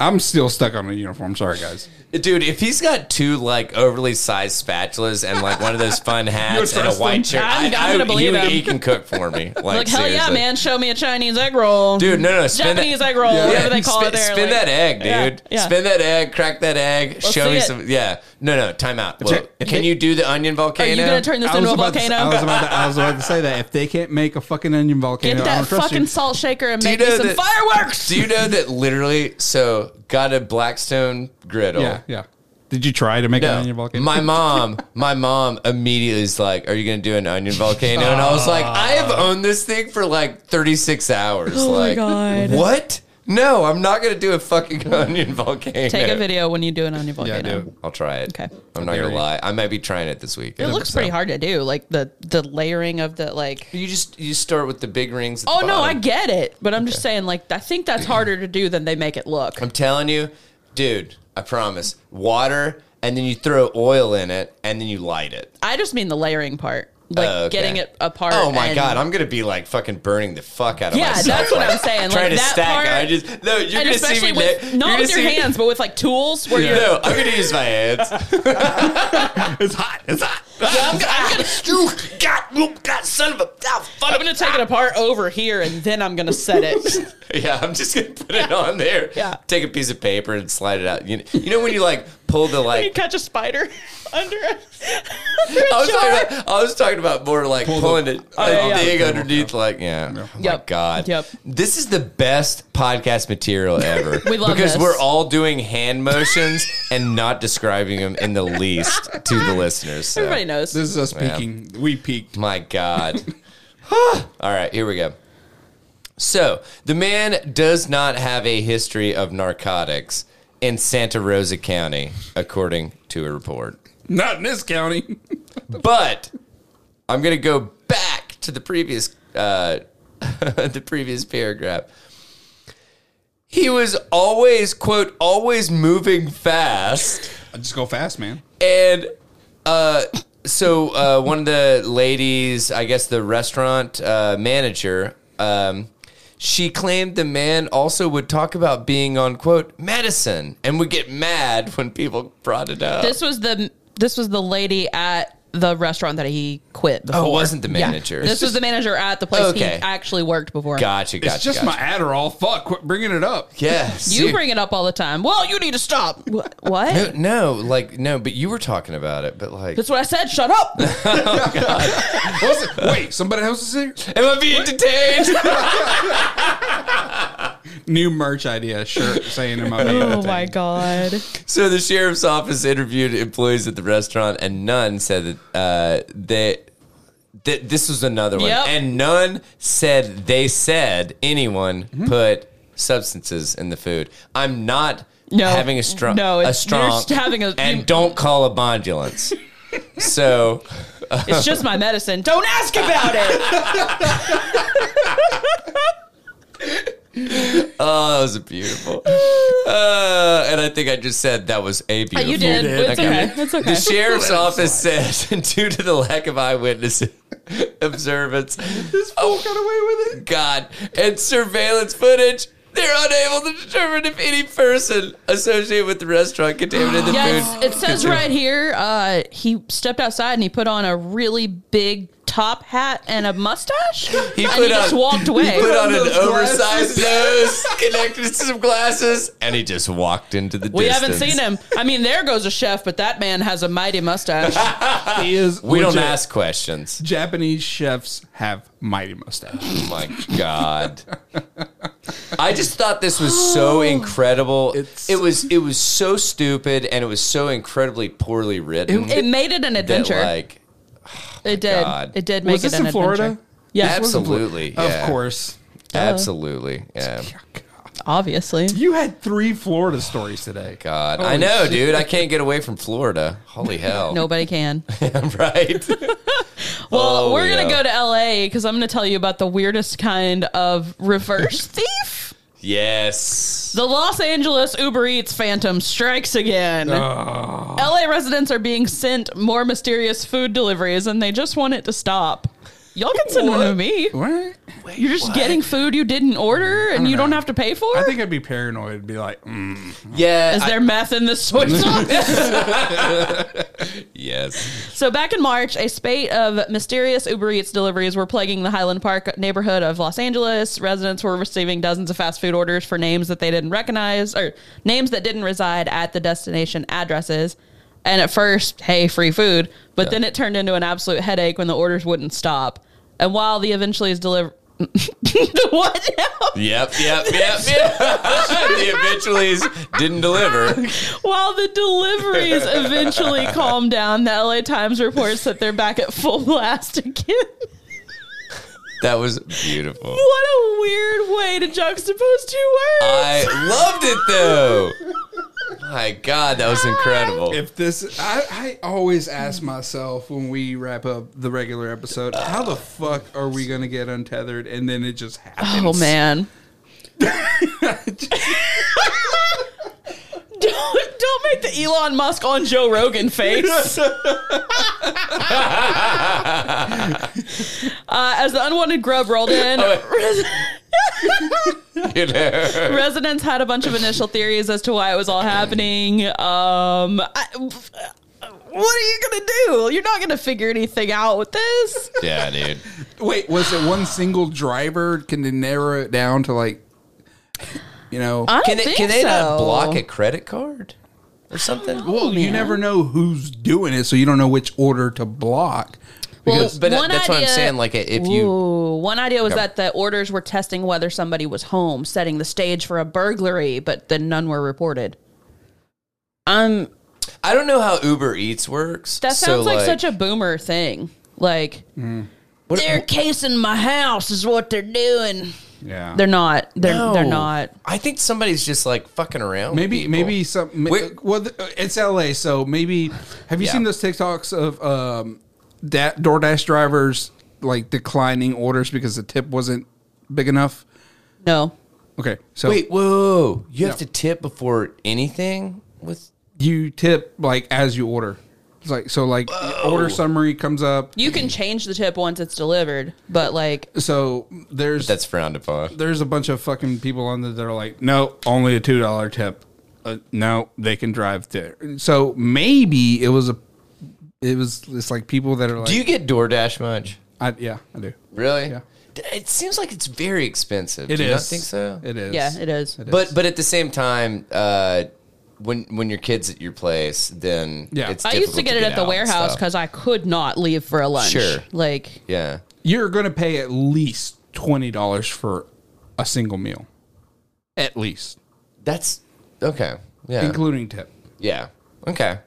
S2: I'm still stuck on the uniform. Sorry, guys.
S3: Dude, if he's got two like overly sized spatulas and like one of those fun hats and a
S2: trust him?
S3: white shirt,
S1: I'm- I'm gonna
S3: would-
S1: believe
S3: he, would-
S1: him.
S3: he can cook for me. Like,
S1: like hell yeah,
S3: seriously.
S1: man! Show me a Chinese egg roll,
S3: Dude, no, no, spin
S1: Japanese
S3: that,
S1: egg roll,
S2: Yeah.
S1: whatever they call
S3: spin,
S1: it there.
S3: spin
S1: like-
S3: that egg,
S1: Yeah,
S3: dude.
S1: yeah.
S3: Spin that egg, crack that egg. show
S1: see
S3: me
S1: it.
S3: some. Yeah, no, no, time out. Whoa.
S2: Check- if
S3: Can
S2: they-
S3: you do the onion
S1: Are you
S3: volcano?
S1: gonna turn this
S2: I
S1: into
S2: was,
S1: a
S2: about to, I, was
S1: volcano?
S2: about to, I was about to say that if they can't make a fucking onion volcano,
S1: Get
S2: I
S1: that
S2: don't trust
S1: fucking
S2: you.
S1: salt shaker and
S3: Do you
S1: make me
S3: know
S1: some
S3: that-
S1: fireworks.
S3: do you know that literally? So, got a Blackstone griddle.
S2: Yeah, yeah. Did you try to make an onion
S3: No.
S2: volcano?
S3: My mom, my mom immediately is like, "Are you going to do an onion volcano?" And I was like, "I have
S2: Ah.
S3: owned this thing for like 36 hours."
S1: Oh my
S3: like,
S1: God.
S3: What? No, I'm not going to do a fucking onion volcano.
S1: Take a video when you do it on your
S2: yeah,
S1: volcano.
S2: dude.
S3: I'll try it.
S1: Okay.
S3: I'm not
S2: There
S3: going
S2: you
S3: to
S2: go.
S3: lie. I might be trying it this week.
S1: It looks pretty hard to do, like the the layering of the like.
S3: You just you start with the big rings. at the
S1: Oh no, I
S3: bottom.
S1: get it, but I'm just saying, like I think that's harder to do than they make it look.
S3: I'm telling you, dude. I promise. Water, and then you throw oil in it, and then you light it.
S1: I just mean the layering part, like
S3: Oh, okay.
S1: getting it apart.
S3: Oh my
S1: and-
S3: god, I'm gonna be like fucking burning the fuck out of
S1: Yeah,
S3: myself.
S1: that's what
S3: like,
S1: I'm saying,
S3: Trying
S1: like,
S3: to
S1: that
S3: stack.
S1: part-
S3: it. I just no. You're
S1: and
S3: gonna see
S1: especially
S3: me
S1: with
S3: next.
S1: not with your hands, but with like tools where you're.
S3: No, I'm gonna use my hands. "Ah,
S2: It's hot. It's hot.
S1: I'm, gonna- I'm gonna,
S3: you got, you got, son of a. ah,
S1: I'm
S3: fuck.
S1: gonna take it apart over here, and then I'm gonna set it.
S3: Yeah, I'm just gonna put it on there.
S1: Yeah.
S3: Take a piece of paper and slide it out. You know, you know when you like pull the
S1: you
S3: like.
S1: catch a spider under a,
S3: I was, uh, talking about, I was talking about more like
S2: Pull the-
S3: pulling it,
S1: Oh,
S3: a
S1: yeah, yeah.
S3: thing underneath, like yeah. Oh my
S1: Yep.
S3: God,
S1: Yep.
S3: this is the best podcast material ever.
S1: We love
S3: because
S1: this.
S3: we're all doing hand motions and not describing them in the least to the listeners. so.
S1: Everybody knows.
S2: This is us peaking. We peaked.
S3: My God. All right, here we go. So, the man does not have a history of narcotics in Santa Rosa County, according to a report.
S2: Not in this county.
S3: But I'm going to go back to the previous uh, the previous paragraph. He was always quote always moving fast.
S2: I just go fast, man.
S3: And uh, so uh, one of the ladies, I guess the restaurant uh, manager, um, she claimed the man also would talk about being on quote medicine and would get mad when people brought it up.
S1: this was the this was the lady at the restaurant that he quit. Before.
S3: oh, it wasn't the
S1: Yeah.
S3: manager.
S1: This was the manager at the place
S3: Okay.
S1: he actually worked before.
S3: gotcha.
S2: It's
S3: Gotcha.
S2: just
S3: gotcha.
S2: my Adderall. Fuck, quit bringing it up.
S3: yeah.
S1: You
S3: see-
S1: bring it up all the time. Well, you need to stop. Wh-
S3: No,
S1: What?
S3: no, like no, but you were talking about it, but like,
S1: That's what I said. Shut up.
S2: Oh What was it? Wait, somebody else is here?
S3: am I being detained?
S2: New merch idea shirt saying in my video thing.
S1: god.
S3: So the sheriff's office interviewed employees at the restaurant, and none said that uh, they. Th- this was another one,
S1: Yep.
S3: and none said they said anyone
S1: Mm-hmm.
S3: put substances in the food. I'm not
S1: No.
S3: having a strong,
S1: No,
S3: a
S1: it's- you're
S3: strong,
S1: just having a-
S3: and
S1: you-
S3: don't call a bondulance. so
S1: It's just my medicine. Don't ask about it.
S3: Oh, that was beautiful. Uh, and I think I just said that was a beautiful.
S1: Oh, you did. It's okay. It's okay.
S3: The sheriff's office said, due to the lack of eyewitness observance, this fool
S1: Oh.
S3: got away with it. God, and surveillance footage. They're unable to determine if any person associated with the restaurant contaminated the
S1: Yeah,
S3: food.
S1: it's, it says right here. Uh, he stepped outside and he put on a really big top hat and a mustache.
S3: He
S1: and
S3: put
S1: he just
S3: on-
S1: walked away.
S3: He put on an
S2: Those glasses.
S3: oversized nose, connected to some glasses, and he just walked into the
S1: we
S3: distance.
S1: haven't seen him. I mean, there goes a chef, but that man has a mighty mustache.
S2: He is
S3: We don't
S2: legit.
S3: ask questions.
S2: Japanese chefs have mighty mustache.
S3: Oh my god. I just thought this was so incredible.
S2: It's-
S3: it was it was so stupid and it was so incredibly poorly written.
S1: It made it an
S3: that,
S1: adventure.
S3: like
S1: it did.
S3: God.
S1: It did make
S2: Was
S1: it
S2: this
S1: an
S2: in Florida?
S1: adventure. Yeah,
S3: Abs- Absolutely,
S2: Of
S3: yeah.
S2: course.
S1: Uh-huh.
S3: absolutely. Yeah.
S1: obviously.
S2: You had three Florida stories today.
S3: God. I
S2: Holy
S3: know,
S2: shit.
S3: dude. I can't get away from Florida. Holy hell.
S1: Nobody can.
S3: right.
S1: Well,
S3: Oh,
S1: we're gonna
S3: yeah.
S1: go to LA because I'm gonna tell you about the weirdest kind of reverse thief.
S3: Yes.
S1: The Los Angeles Uber Eats phantom strikes again.
S2: Uh-huh.
S1: LA residents are being sent more mysterious food deliveries, and they just want it to stop. Y'all can send one to me.
S2: What?
S1: You're just getting food you didn't order, and you don't
S2: know.
S1: have to pay for.
S2: I
S1: it.
S2: think I'd be paranoid. and Be like, mm.
S3: Yeah.
S1: Is
S3: I-
S1: there meth in this soy sauce?
S3: yes.
S1: so back in March, a spate of mysterious Uber Eats deliveries were plaguing the Highland Park neighborhood of Los Angeles. Residents were receiving dozens of fast food orders for names that they didn't recognize or names that didn't reside at the destination addresses. And at first, hey, free food. But then it turned into an absolute headache when the orders wouldn't stop. And while the eventually is delivered. what now?
S3: Yep. Yep. Yep. Yep. the eventuallys didn't deliver.
S1: While the deliveries eventually calm down, the LA Times reports that they're back at full blast again.
S3: That was beautiful.
S1: What a weird way to juxtapose two words.
S3: I loved it though. My God, that was incredible.
S2: if this, I, I always ask myself when we wrap up the regular episode, how the fuck are we gonna get untethered? And then it just happens.
S1: oh man. don't don't make the Elon Musk on Joe Rogan face. Uh, as the unwanted grub rolled in,
S3: You know?
S1: residents had a bunch of initial theories as to why it was all happening. Um, I, what are you gonna do? You're not gonna figure anything out with this.
S3: Yeah, dude.
S2: Wait, was it one single driver? Can they narrow it down to like, you know?
S1: I don't
S3: Can it,
S1: think
S3: can they
S1: so.
S3: not block a credit card or something?
S2: well, you
S1: man.
S2: never know who's doing it, so you don't know which order to block. Because
S3: but
S1: One
S3: that's what I'm
S1: idea-
S3: saying. Like, if you
S1: Ooh, one idea was
S3: Okay.
S1: that the orders were testing whether somebody was home, setting the stage for a burglary, but then none were reported. Um,
S3: I don't know how Uber Eats works.
S1: that
S3: so,
S1: sounds like,
S3: like Mm.
S1: such a boomer thing. Like, they're casing my house is what they're doing.
S2: yeah,
S1: They're not. They're they're
S3: No.
S1: not.
S3: I think somebody's just like fucking around. with
S2: Maybe
S3: people.
S2: maybe some. ma-
S3: Wait.
S2: well, th- uh, it's L.A., so maybe. Have you
S3: Yeah.
S2: seen those TikToks of um, da- DoorDash drivers like declining orders because the tip wasn't big enough?
S1: No.
S2: Okay, so
S3: Wait, whoa! You have to
S2: Yeah.
S3: tip before anything with.
S2: you tip like as you order. It's like so, like order summary comes up.
S1: You
S3: Mm-hmm.
S1: can change the tip once it's delivered, but like
S2: So there's
S3: That's frowned upon.
S2: there's a bunch of fucking people on there that are like, no, only a two dollar tip. Uh, no, they can drive there. So maybe it was a, it was it's like people that are like,
S3: Do you get DoorDash much?
S2: I, yeah, I do.
S3: Really?
S2: Yeah.
S3: D- It seems like it's very expensive.
S2: It is.
S3: Do you not think so?
S2: It is.
S1: yeah, it is.
S3: But but at the same time, uh, when when your kids at your place, then
S2: Yeah.
S3: it's
S1: I used to
S3: difficult
S1: get it at
S3: out
S1: the
S3: and
S1: warehouse
S3: stuff.
S1: because I could not leave for a lunch.
S3: Sure.
S1: Like
S3: yeah,
S2: You're going to pay at least twenty dollars for a single meal, at least,
S3: that's okay. Yeah,
S2: including tip.
S3: yeah, okay.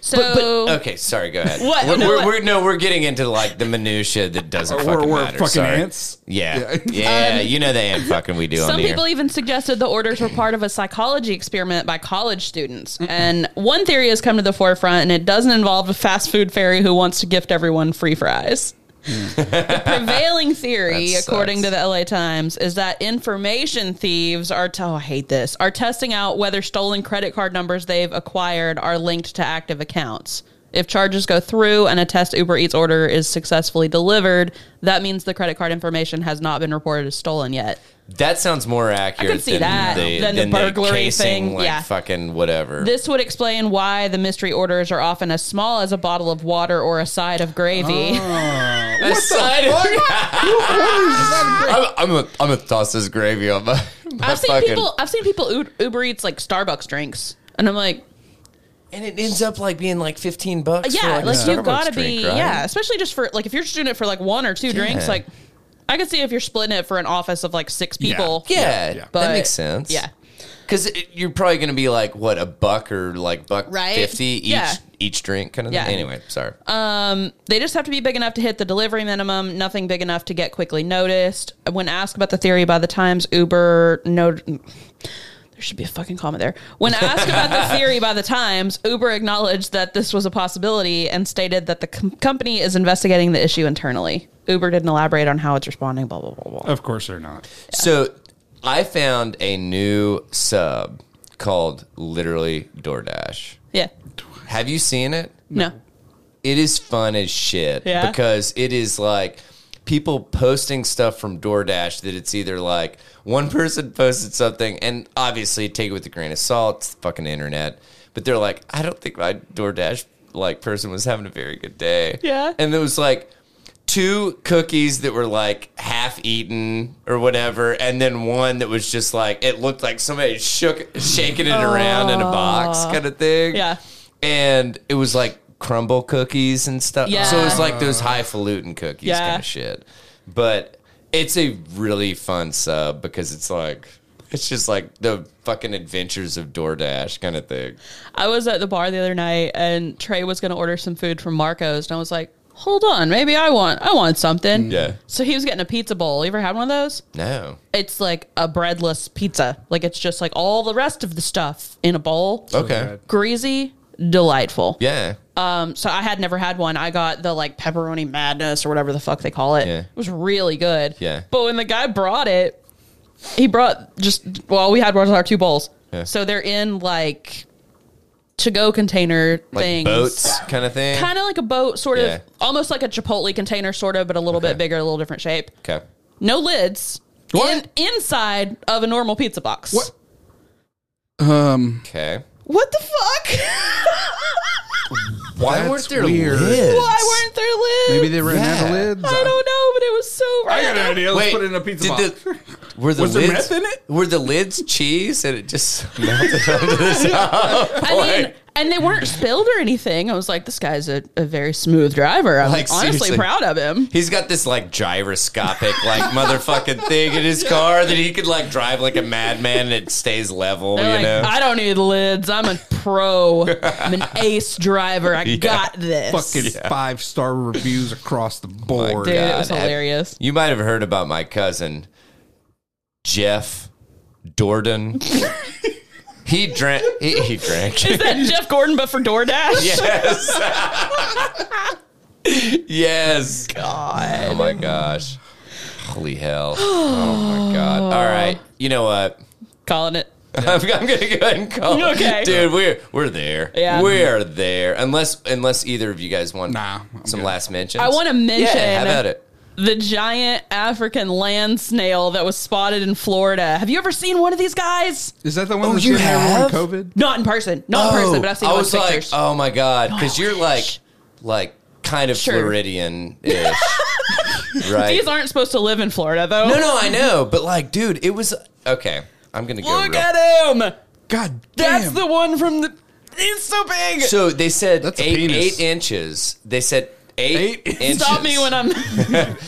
S1: so.
S3: Okay, sorry. Go ahead.
S1: Oh. What?
S3: We're,
S1: No,
S3: we're,
S1: what-
S3: We're, no, we're getting into like the minutia that doesn't
S2: We're-
S3: fucking
S2: we're
S3: matter.
S2: fucking
S3: sorry.
S2: ants.
S3: Yeah,
S2: Yeah. Um,
S3: yeah. you know the ant fucking we do. on
S1: Some
S3: the air.
S1: people even suggested the orders were part of a psychology experiment by college students. And one theory has come to the forefront, and it doesn't involve a fast food fairy who wants to gift everyone free fries. the prevailing theory,
S3: That
S1: according to
S3: sucks.
S1: the LA Times, is that information thieves are t- oh, I hate this are testing out whether stolen credit card numbers they've acquired are linked to active accounts. If charges go through and a test Uber Eats order is successfully delivered, that means the credit card information has not been reported as stolen yet.
S3: That sounds more accurate.
S1: see
S3: than
S1: that,
S3: the,
S1: than the burglary
S3: casing,
S1: thing,
S3: Like,
S1: yeah.
S3: fucking whatever.
S1: This would explain why the mystery orders are often as small as a bottle of water or a side of gravy.
S3: Oh.
S2: Oh.
S3: what the I'm, I'm a, I'm gonna toss this gravy on my. my
S1: I've seen
S3: fucking,
S1: people. I've seen people U- Uber Eats like Starbucks drinks, and I'm like,
S3: and it ends up like being like 15 bucks.
S1: yeah,
S3: for
S1: like
S3: a
S1: you
S3: Starbucks
S1: gotta
S3: drink,
S1: be,
S3: right?
S1: yeah, especially just for like if you're just doing it for like one or two drinks,
S3: Yeah.
S1: like I could see if you're splitting it for an office of like six people.
S3: Yeah,
S2: yeah.
S1: But-
S3: that makes sense.
S1: yeah.
S3: because you're probably going to be like what a buck or like buck
S1: Right?
S3: fifty each
S1: Yeah.
S3: each drink kind of.
S1: Yeah. Uh,
S3: thing. Anyway, sorry.
S1: They just have to be big enough to hit the delivery minimum, nothing big enough to get quickly noticed. When asked about the theory by the Times, Uber no there should be a fucking comment there. When asked about the theory by the Times, Uber acknowledged that this was a possibility and stated that the com- company is investigating the issue internally. Uber didn't elaborate on how it's responding, blah blah blah blah.
S2: Of course they're not.
S3: So I found a new sub called literally DoorDash.
S1: Yeah.
S3: Have you seen it?
S1: No.
S3: It is fun as shit
S1: Yeah.
S3: because it is like people posting stuff from DoorDash that it's either like one person posted something and obviously take it with a grain of salt, it's the fucking internet, but they're like, I don't think my DoorDash like person was having a very good day.
S1: Yeah.
S3: And there was like two cookies that were like half eaten or whatever, and then one that was just like it looked like somebody shook shaking it around in a box kind of thing.
S1: Yeah.
S3: And it was like crumble cookies and stuff.
S1: Yeah.
S3: So it was like those highfalutin cookies
S1: Yeah.
S3: kind of shit. But it's a really fun sub because it's like it's just like the fucking adventures of DoorDash kind of thing.
S2: Mm-hmm.
S1: I was at the bar the other night and Trey was going to order some food from Marco's and I was like, "Hold on, maybe I want I want something."
S3: Yeah.
S1: So he was getting a pizza bowl. You ever had one of those?
S3: No.
S1: It's like a breadless pizza. Like it's just like all the rest of the stuff in a bowl.
S3: Okay.
S2: bad.
S1: Greasy, delightful.
S3: Oh. Yeah.
S1: Um, so I had never had one. I got the like pepperoni madness or whatever the fuck they call it.
S3: Yeah.
S1: It was really good.
S3: Yeah.
S1: But when the guy brought it, he brought just well, all we had was our two bowls.
S3: Yeah.
S1: So they're in like to go container
S3: Like
S1: things.
S3: boats kind of thing.
S1: Kind of like a boat, sort
S3: Yeah.
S1: of almost like a Chipotle container, sort of, but a little
S3: Okay.
S1: bit bigger, a little different shape
S3: okay.
S1: no lids
S2: What?
S1: in- inside of a normal pizza box.
S2: What? Um,
S3: Okay.
S1: What the fuck?
S3: Why
S2: That's
S3: weren't there
S2: weird.
S3: lids?
S1: Why weren't there lids?
S2: maybe they ran out
S3: Yeah.
S2: of lids.
S1: I don't know, but it was so.
S2: I got
S1: random.
S2: an idea. Let's
S3: Wait,
S2: put it in a pizza
S3: did
S2: box.
S3: the- Were the
S2: Was there
S3: lids
S2: meth in it?
S3: Were the lids cheese and it just melted onto the side?
S1: I mean, and they weren't spilled or anything. I was like, this guy's a, a very smooth driver. I'm
S3: Like,
S1: honestly
S3: seriously.
S1: proud of him.
S3: He's got this like gyroscopic like motherfucking thing in his car that he could like drive like a madman and it stays level,
S2: Oh,
S1: They're
S3: you
S1: like,
S3: know.
S1: I don't need lids. I'm a pro. I'm an ace driver. I got this.
S2: Fucking five star reviews across the board.
S1: Dude, it was
S3: God, I-
S1: hilarious.
S3: you might have heard about my cousin Jeff Dordan. he drank he, he drank.
S1: Is that Jeff Gordon, but for DoorDash?
S3: Yes. yes. God. Oh my gosh. Holy hell. Oh my god. All right. You know what?
S1: Calling it.
S3: I'm, I'm gonna go ahead and call. it.
S1: Okay.
S3: dude, we're we're there.
S1: Yeah.
S3: we're there. Unless unless either of you guys want
S2: Nah, I'm
S3: some
S2: good.
S3: last mentions.
S1: I want to mention.
S3: Yeah, how about it?
S1: the giant African land snail that was spotted in Florida. Have you ever seen one of these guys?
S2: Is that the one that's
S3: Oh, you
S2: in there
S3: have?
S2: during COVID?
S1: Not in person, not in person, but I've seen
S3: Oh, I
S1: them on
S3: was like,
S1: pictures.
S3: oh my god, because you're like,
S1: wish.
S3: like kind of
S1: Sure.
S3: Floridian ish, right?
S1: these aren't supposed to live in Florida, though.
S3: no, no, I know, but like, dude, it was okay. I'm gonna go.
S1: Look
S3: real-
S1: at him.
S2: God damn.
S1: That's the one from the. It's so big.
S3: So they said
S2: That's a
S3: eight, eight
S2: penis.
S3: inches. They said eight,
S2: Eight?
S3: inches.
S1: Stop me when I'm.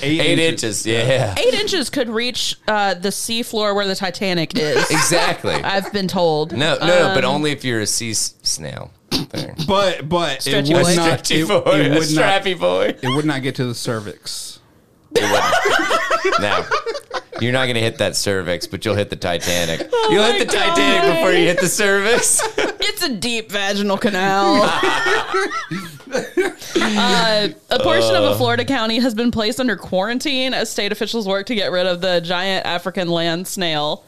S3: eight, inches. Yeah,
S1: Eight inches could reach uh, the seafloor where the Titanic is.
S3: exactly.
S1: I've been told.
S3: No, no, no, but
S1: Um,
S3: only if you're a sea s- snail. There.
S2: But but it
S1: Stretchy boy.
S2: would not it, it would not
S3: strappy boy.
S2: it would not get to the cervix.
S3: No, you're not gonna hit that cervix, but you'll hit the Titanic. you'll
S1: my
S3: hit the
S1: God.
S3: Titanic before you hit the cervix.
S1: It's a deep vaginal canal. uh, a portion of a Florida county has been placed under quarantine as state officials work to get rid of the giant African land snail.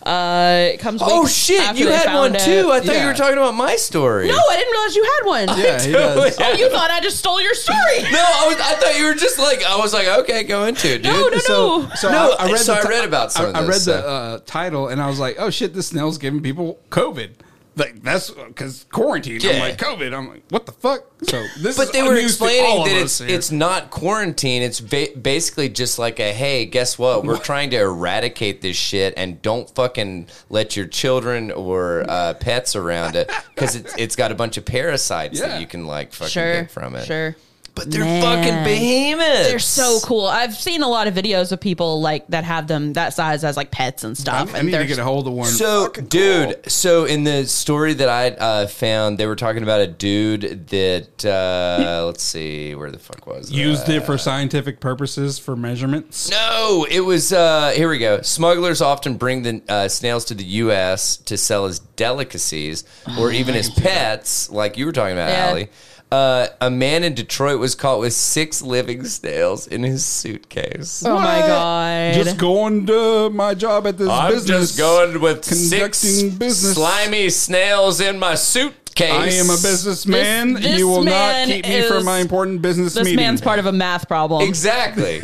S1: Uh, it comes.
S3: oh
S1: weeks
S3: shit!
S1: after
S3: You
S1: they
S3: had
S1: found
S3: one
S1: it.
S3: too. I thought you
S2: Yeah.
S3: were talking about my story.
S1: no, I didn't realize you had one.
S2: Yeah, he does.
S1: Oh, you thought I just stole your story?
S3: No, I, was, I thought you were just like I was like, okay, go into it, dude.
S1: No, no,
S2: So, so
S3: No,
S2: I, I read
S3: so
S2: the
S3: I
S2: ti-
S3: read about some
S2: I,
S3: of
S2: I
S3: this,
S2: read
S3: so-
S2: the uh, title and I was like, oh shit, this snail's giving people COVID. Like that's because quarantine. I'm
S3: Yeah.
S2: like COVID. I'm like, what the fuck? So this,
S3: But
S2: is
S3: they were
S2: news to all
S3: explaining
S2: of
S3: that
S2: us
S3: it's
S2: here.
S3: it's not quarantine. It's ba- basically just like a hey, guess what? We're trying to eradicate this shit, and don't fucking let your children or uh, pets around it because it's it's got a bunch of parasites
S2: Yeah.
S3: that you can like fucking
S1: Sure.
S3: get from it.
S1: Sure.
S3: But they're
S1: Man.
S3: fucking behemoths.
S1: They're so cool. I've seen a lot of videos of people like that have them that size as like pets and stuff.
S2: I
S1: and
S2: need to
S1: they're
S2: get a hold of one.
S3: So, dude, so in the story that I uh, found, they were talking about a dude that, uh, let's see, where the fuck was that?
S2: Used it for scientific purposes for measurements.
S3: No, it was. Uh, here we go. Smugglers often bring the uh, snails to the U.S. to sell as delicacies
S2: Oh
S3: or even as pets, like you were talking about,
S1: Yeah.
S3: Allie. Uh, a man in Detroit was caught with six living snails in his suitcase.
S1: oh my god.
S2: Just going to my job at this
S3: I'm
S2: business.
S3: just going with six
S2: conducting business.
S3: slimy snails in my suitcase.
S2: I am a businessman.
S1: This- this
S2: you will
S1: man
S2: not keep me
S1: is-
S2: from my important business
S1: this
S2: meeting.
S1: man's part of a math problem.
S3: Exactly.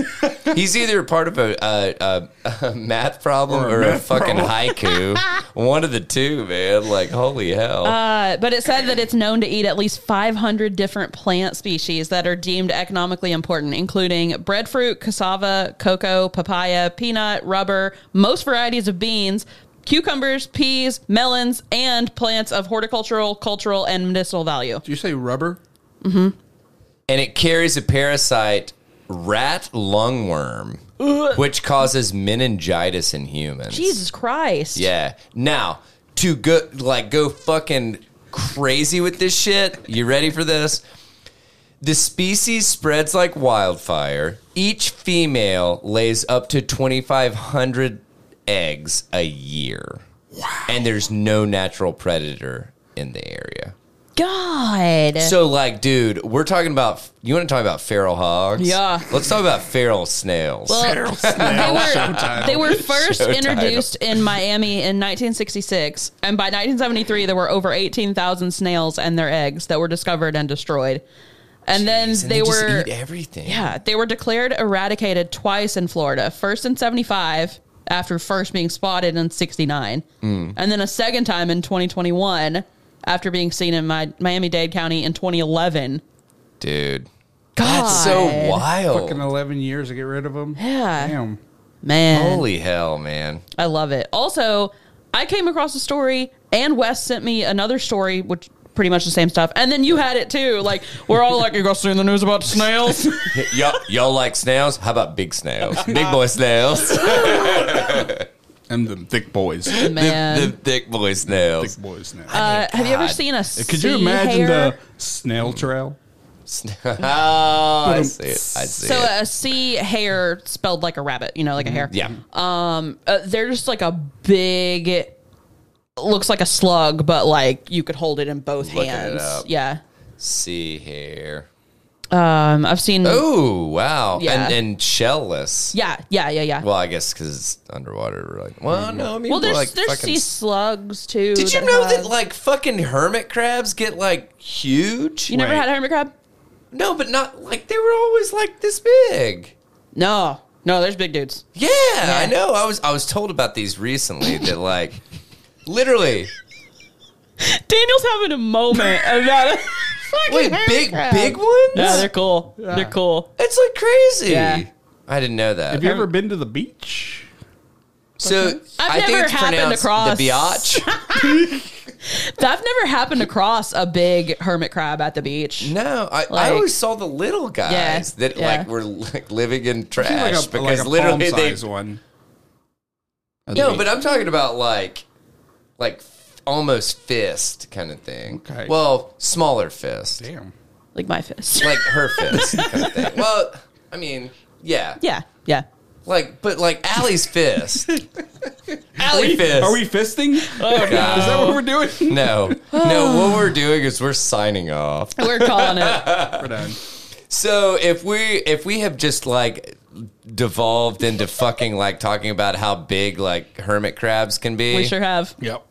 S3: He's either part of a, a, a, a math problem or,
S2: Or a
S3: a,
S2: math
S3: fucking haiku. One of the two, man. Like, holy hell.
S1: Uh, but it said that it's known to eat at least 500 different plant species that are deemed economically important, including breadfruit, cassava, cocoa, papaya, peanut, rubber, most varieties of beans, cucumbers, peas, melons, and plants of horticultural, cultural, and medicinal value.
S2: Did you say rubber?
S3: and it carries a parasite, rat lungworm, which causes meningitis in humans.
S1: Jesus Christ.
S3: Yeah. Now, to go like go fucking crazy with this shit. You ready for this? The species spreads like wildfire. Each female lays up to 2500 eggs a year. Wow. And there's no natural predator in the area.
S1: God.
S3: So like dude, we're talking about you want to talk about feral hogs?
S1: Yeah.
S3: Let's talk about feral snails.
S1: Well, they were, they were first
S3: Show
S1: introduced in Miami in 1966, and by 1973, there were over 18,000 snails and their eggs that were discovered and destroyed. And then
S3: And
S1: they,
S3: just
S1: were,
S3: eat everything.
S1: yeah, they were declared eradicated twice in Florida. First in 75, after first being spotted in 69, and then a second time in 2021 after being seen in Mi- Miami Dade County in 2011.
S3: Dude.
S1: God,
S3: That's so wild.
S2: Fucking 11 years to get rid of them?
S1: Yeah.
S2: Damn.
S1: man.
S3: Holy hell, man.
S1: I love it. Also, I came across a story, and Wes sent me another story, which pretty much the same stuff. And then you had it too. Like we're all like, "You guys seen the news about snails?"
S3: y'all, y'all like snails? How about big snails? Big boy snails. the,
S2: And them thick boys.
S1: Man,
S3: the thick boy snails.
S2: thick boys now.
S1: uh, have you ever
S3: God.
S1: seen a?
S2: Could you
S1: sea hare?
S2: imagine the snail trail?
S3: oh, I see it. I see
S1: So uh,
S3: it. Mm-hmm.
S1: a sea hare spelled like a rabbit, you know, like a hare.
S3: yeah.
S1: uh, they're just like a big, looks like a slug, but like you could hold it in both
S3: Looking it
S1: hands.
S3: up.
S1: Yeah,
S3: See here.
S1: um, I've seen.
S3: Oh, wow.
S1: Yeah.
S3: And, and shellless.
S1: Yeah, yeah, yeah, yeah.
S3: Well, I guess because it's underwater. We're like, well, no, I mean,
S1: Mm-hmm. Well, there's
S3: like
S1: there's
S3: fucking-
S1: sea slugs too.
S3: Did you know that
S1: have-
S3: like fucking hermit crabs get like huge?
S1: You never
S2: Wait.
S1: had a hermit crab?
S3: no, but not like they were always like this big.
S1: No. No, there's big dudes.
S3: Yeah, I know. I was I was told about these recently that like literally
S1: Daniel's having a moment about a fucking
S3: wait
S1: hermit
S3: big
S1: crab.
S3: big ones.
S1: No, they're cool. They're cool.
S3: It's like crazy.
S1: Yeah.
S3: I didn't know that.
S2: Have you ever been to the beach?
S3: so
S1: I've
S3: I think
S1: never
S3: it's
S1: happened
S3: pronounced
S1: across-
S3: the biatch.
S1: I've never happened across a big hermit crab at the beach.
S3: No, I, I
S1: Like-
S3: always saw the little guys
S1: Yeah,
S3: that
S1: yeah.
S3: like were like living in trash
S2: Seems like a-
S3: because
S2: like a
S3: literally they
S2: palm-sized one.
S3: No, but I'm talking about like, like f- almost fist kind of thing.
S2: Okay.
S3: Well, smaller fist,
S2: damn.
S1: Like my fist.
S3: like her fist kind of thing. Well, I mean, yeah,
S1: yeah. Yeah.
S3: like, but like Allie's fist, Allie fist.
S2: Are we fisting?
S1: Oh,
S3: God.
S2: Is that what we're doing?
S3: No, no. What we're doing is we're signing off.
S1: We're calling it.
S2: we're done.
S3: So if we if we have just like devolved into fucking like talking about how big like hermit crabs can be,
S1: We sure have.
S2: Yep.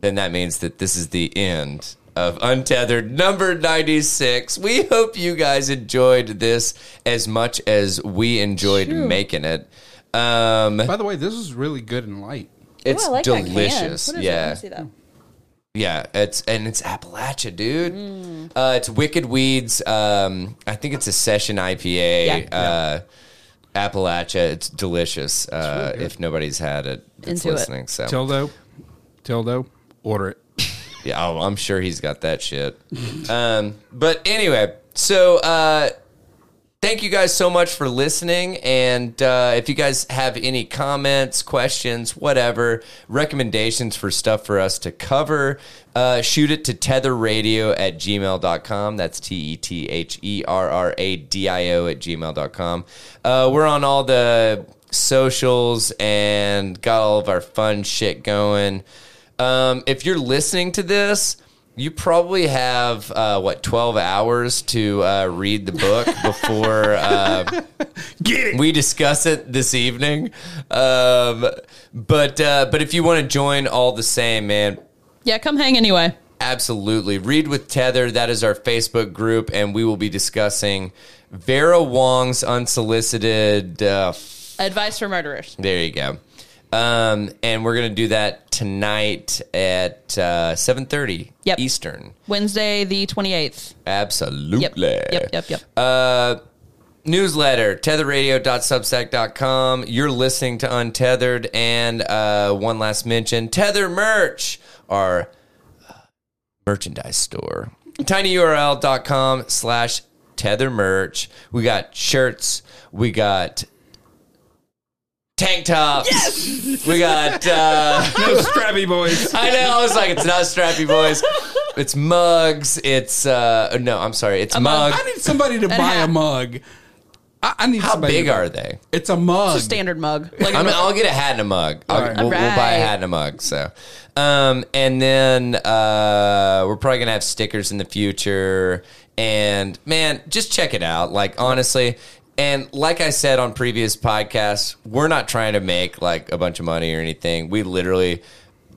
S3: then that means that this is the end of Untethered number 96. We hope you guys enjoyed this as much as we enjoyed making it. Um,
S2: By the way, this is really good and light.
S3: it's
S1: Ooh, I like that can.
S3: delicious.
S1: What is it? Let
S3: Yeah.
S1: me see that.
S3: Yeah, it's and it's Appalachia, dude.
S1: Mm.
S3: Uh, it's Wicked Weeds. Um, I think it's a session IPA.
S1: Yeah.
S3: Uh, Appalachia. It's delicious. Uh, if nobody's had it, it's
S1: Into it.
S3: listening. So
S2: Tildo, Tildo, order it.
S3: Yeah, oh, I'm sure he's got that shit. um, but anyway, so uh, thank you guys so much for listening. And uh, if you guys have any comments, questions, whatever, recommendations for stuff for us to cover, uh, shoot it to tetherradio at gmail.com. That's T E T H E R R A D I O at gmail.com. Uh, we're on all the socials and got all of our fun shit going. Um, if you're listening to this, you probably have uh, what 12 hours to uh, read the book before uh,
S2: Get it.
S3: we discuss it this evening um, but uh, but if you want to join all the same man
S1: Yeah, come hang anyway.
S3: absolutely read with tether that is our facebook group and we will be discussing vera wong's unsolicited uh,
S1: Advice for murderers.
S3: there you go um, and we're gonna do that tonight at uh, 7.30
S1: Yep.
S3: eastern
S1: Wednesday the 28th.
S3: Absolutely.
S1: Yep. Yep, yep, yep.
S3: Uh, newsletter, tetherradio.substack.com. You're listening to Untethered. And uh, one last mention Tether merch, our uh, merchandise store. tinyurl.com slash tether merch. We got shirts. We got tank tops. We got. Uh,
S2: Those strappy boys.
S3: I know. I was like, it's not Strappy Boys. It's mugs. It's uh no. I'm sorry. It's mugs.
S2: I need somebody to buy a
S1: hat.
S2: mug. I, I need
S3: How
S2: somebody
S3: big
S2: to-
S3: are they?
S2: It's a mug.
S1: Just standard mug. Like
S3: I'm, I'll get a hat and a mug. I'll,
S2: Alright.
S3: we'll, we'll buy a hat and a mug. So, um, and then uh, we're probably gonna have stickers in the future. And man, just check it out. Like honestly. And like I said on previous podcasts, we're not trying to make like a bunch of money or anything. We literally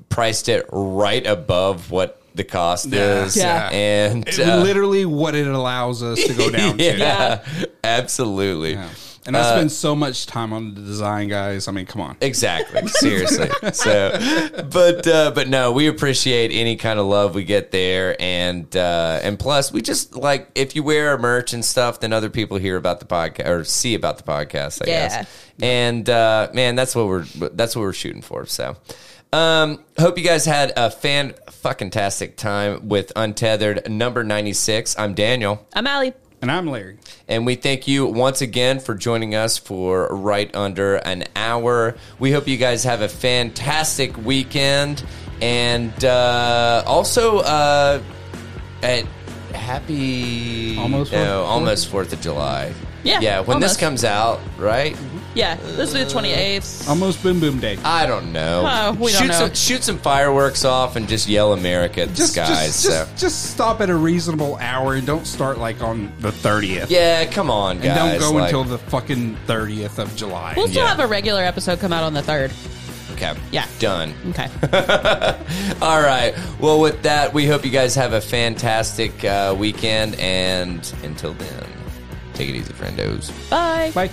S3: priced it right above what the cost
S2: Yeah.
S3: is.
S1: Yeah.
S3: And
S2: It-
S3: uh,
S2: literally what it allows us to go down
S3: yeah,
S2: to.
S3: absolutely.
S2: Yeah. And I spend so much time on the design, guys. I mean, come on.
S3: Exactly. Seriously. so, but uh, but no, we appreciate any kind of love we get there, and uh, and plus, we just like if you wear our merch and stuff, then other people hear about the podcast or see about the podcast. I
S1: Yeah.
S3: guess. And uh, man, that's what we're that's what we're shooting for. So. Um, hope you guys had a fan fucking tastic time with Untethered number 96. I'm Daniel.
S1: I'm Allie.
S2: And I'm Larry.
S3: And we thank you once again for joining us for right under an hour. We hope you guys have a fantastic weekend. And uh, also, uh, at happy
S2: Almost Fourth-
S3: no, almost Fourth of July.
S1: Yeah,
S3: yeah. When this
S1: almost. Mm-hmm.
S3: comes out, right?
S1: Yeah, this will be the 28th.
S3: Um,
S2: Almost boom boom day.
S3: I don't know.
S1: Oh, we don't
S3: shoot
S1: know.
S3: Some, shoot some fireworks off and just yell "America" at the
S2: Just,
S3: skies.
S2: just,
S3: so.
S2: just, just stop at a reasonable hour and don't start like on the 30th.
S3: yeah, come on,
S2: and
S3: guys.
S2: don't go
S3: like-
S2: until the fucking 30th of July.
S1: We'll still
S3: Yeah.
S1: have a regular episode come out on the 3rd.
S3: okay,
S1: Yeah.
S3: done.
S1: Okay.
S3: All right. Well, with that, we hope you guys have a fantastic uh, weekend. And until then, take it easy, friendos.
S1: Bye.
S2: Bye.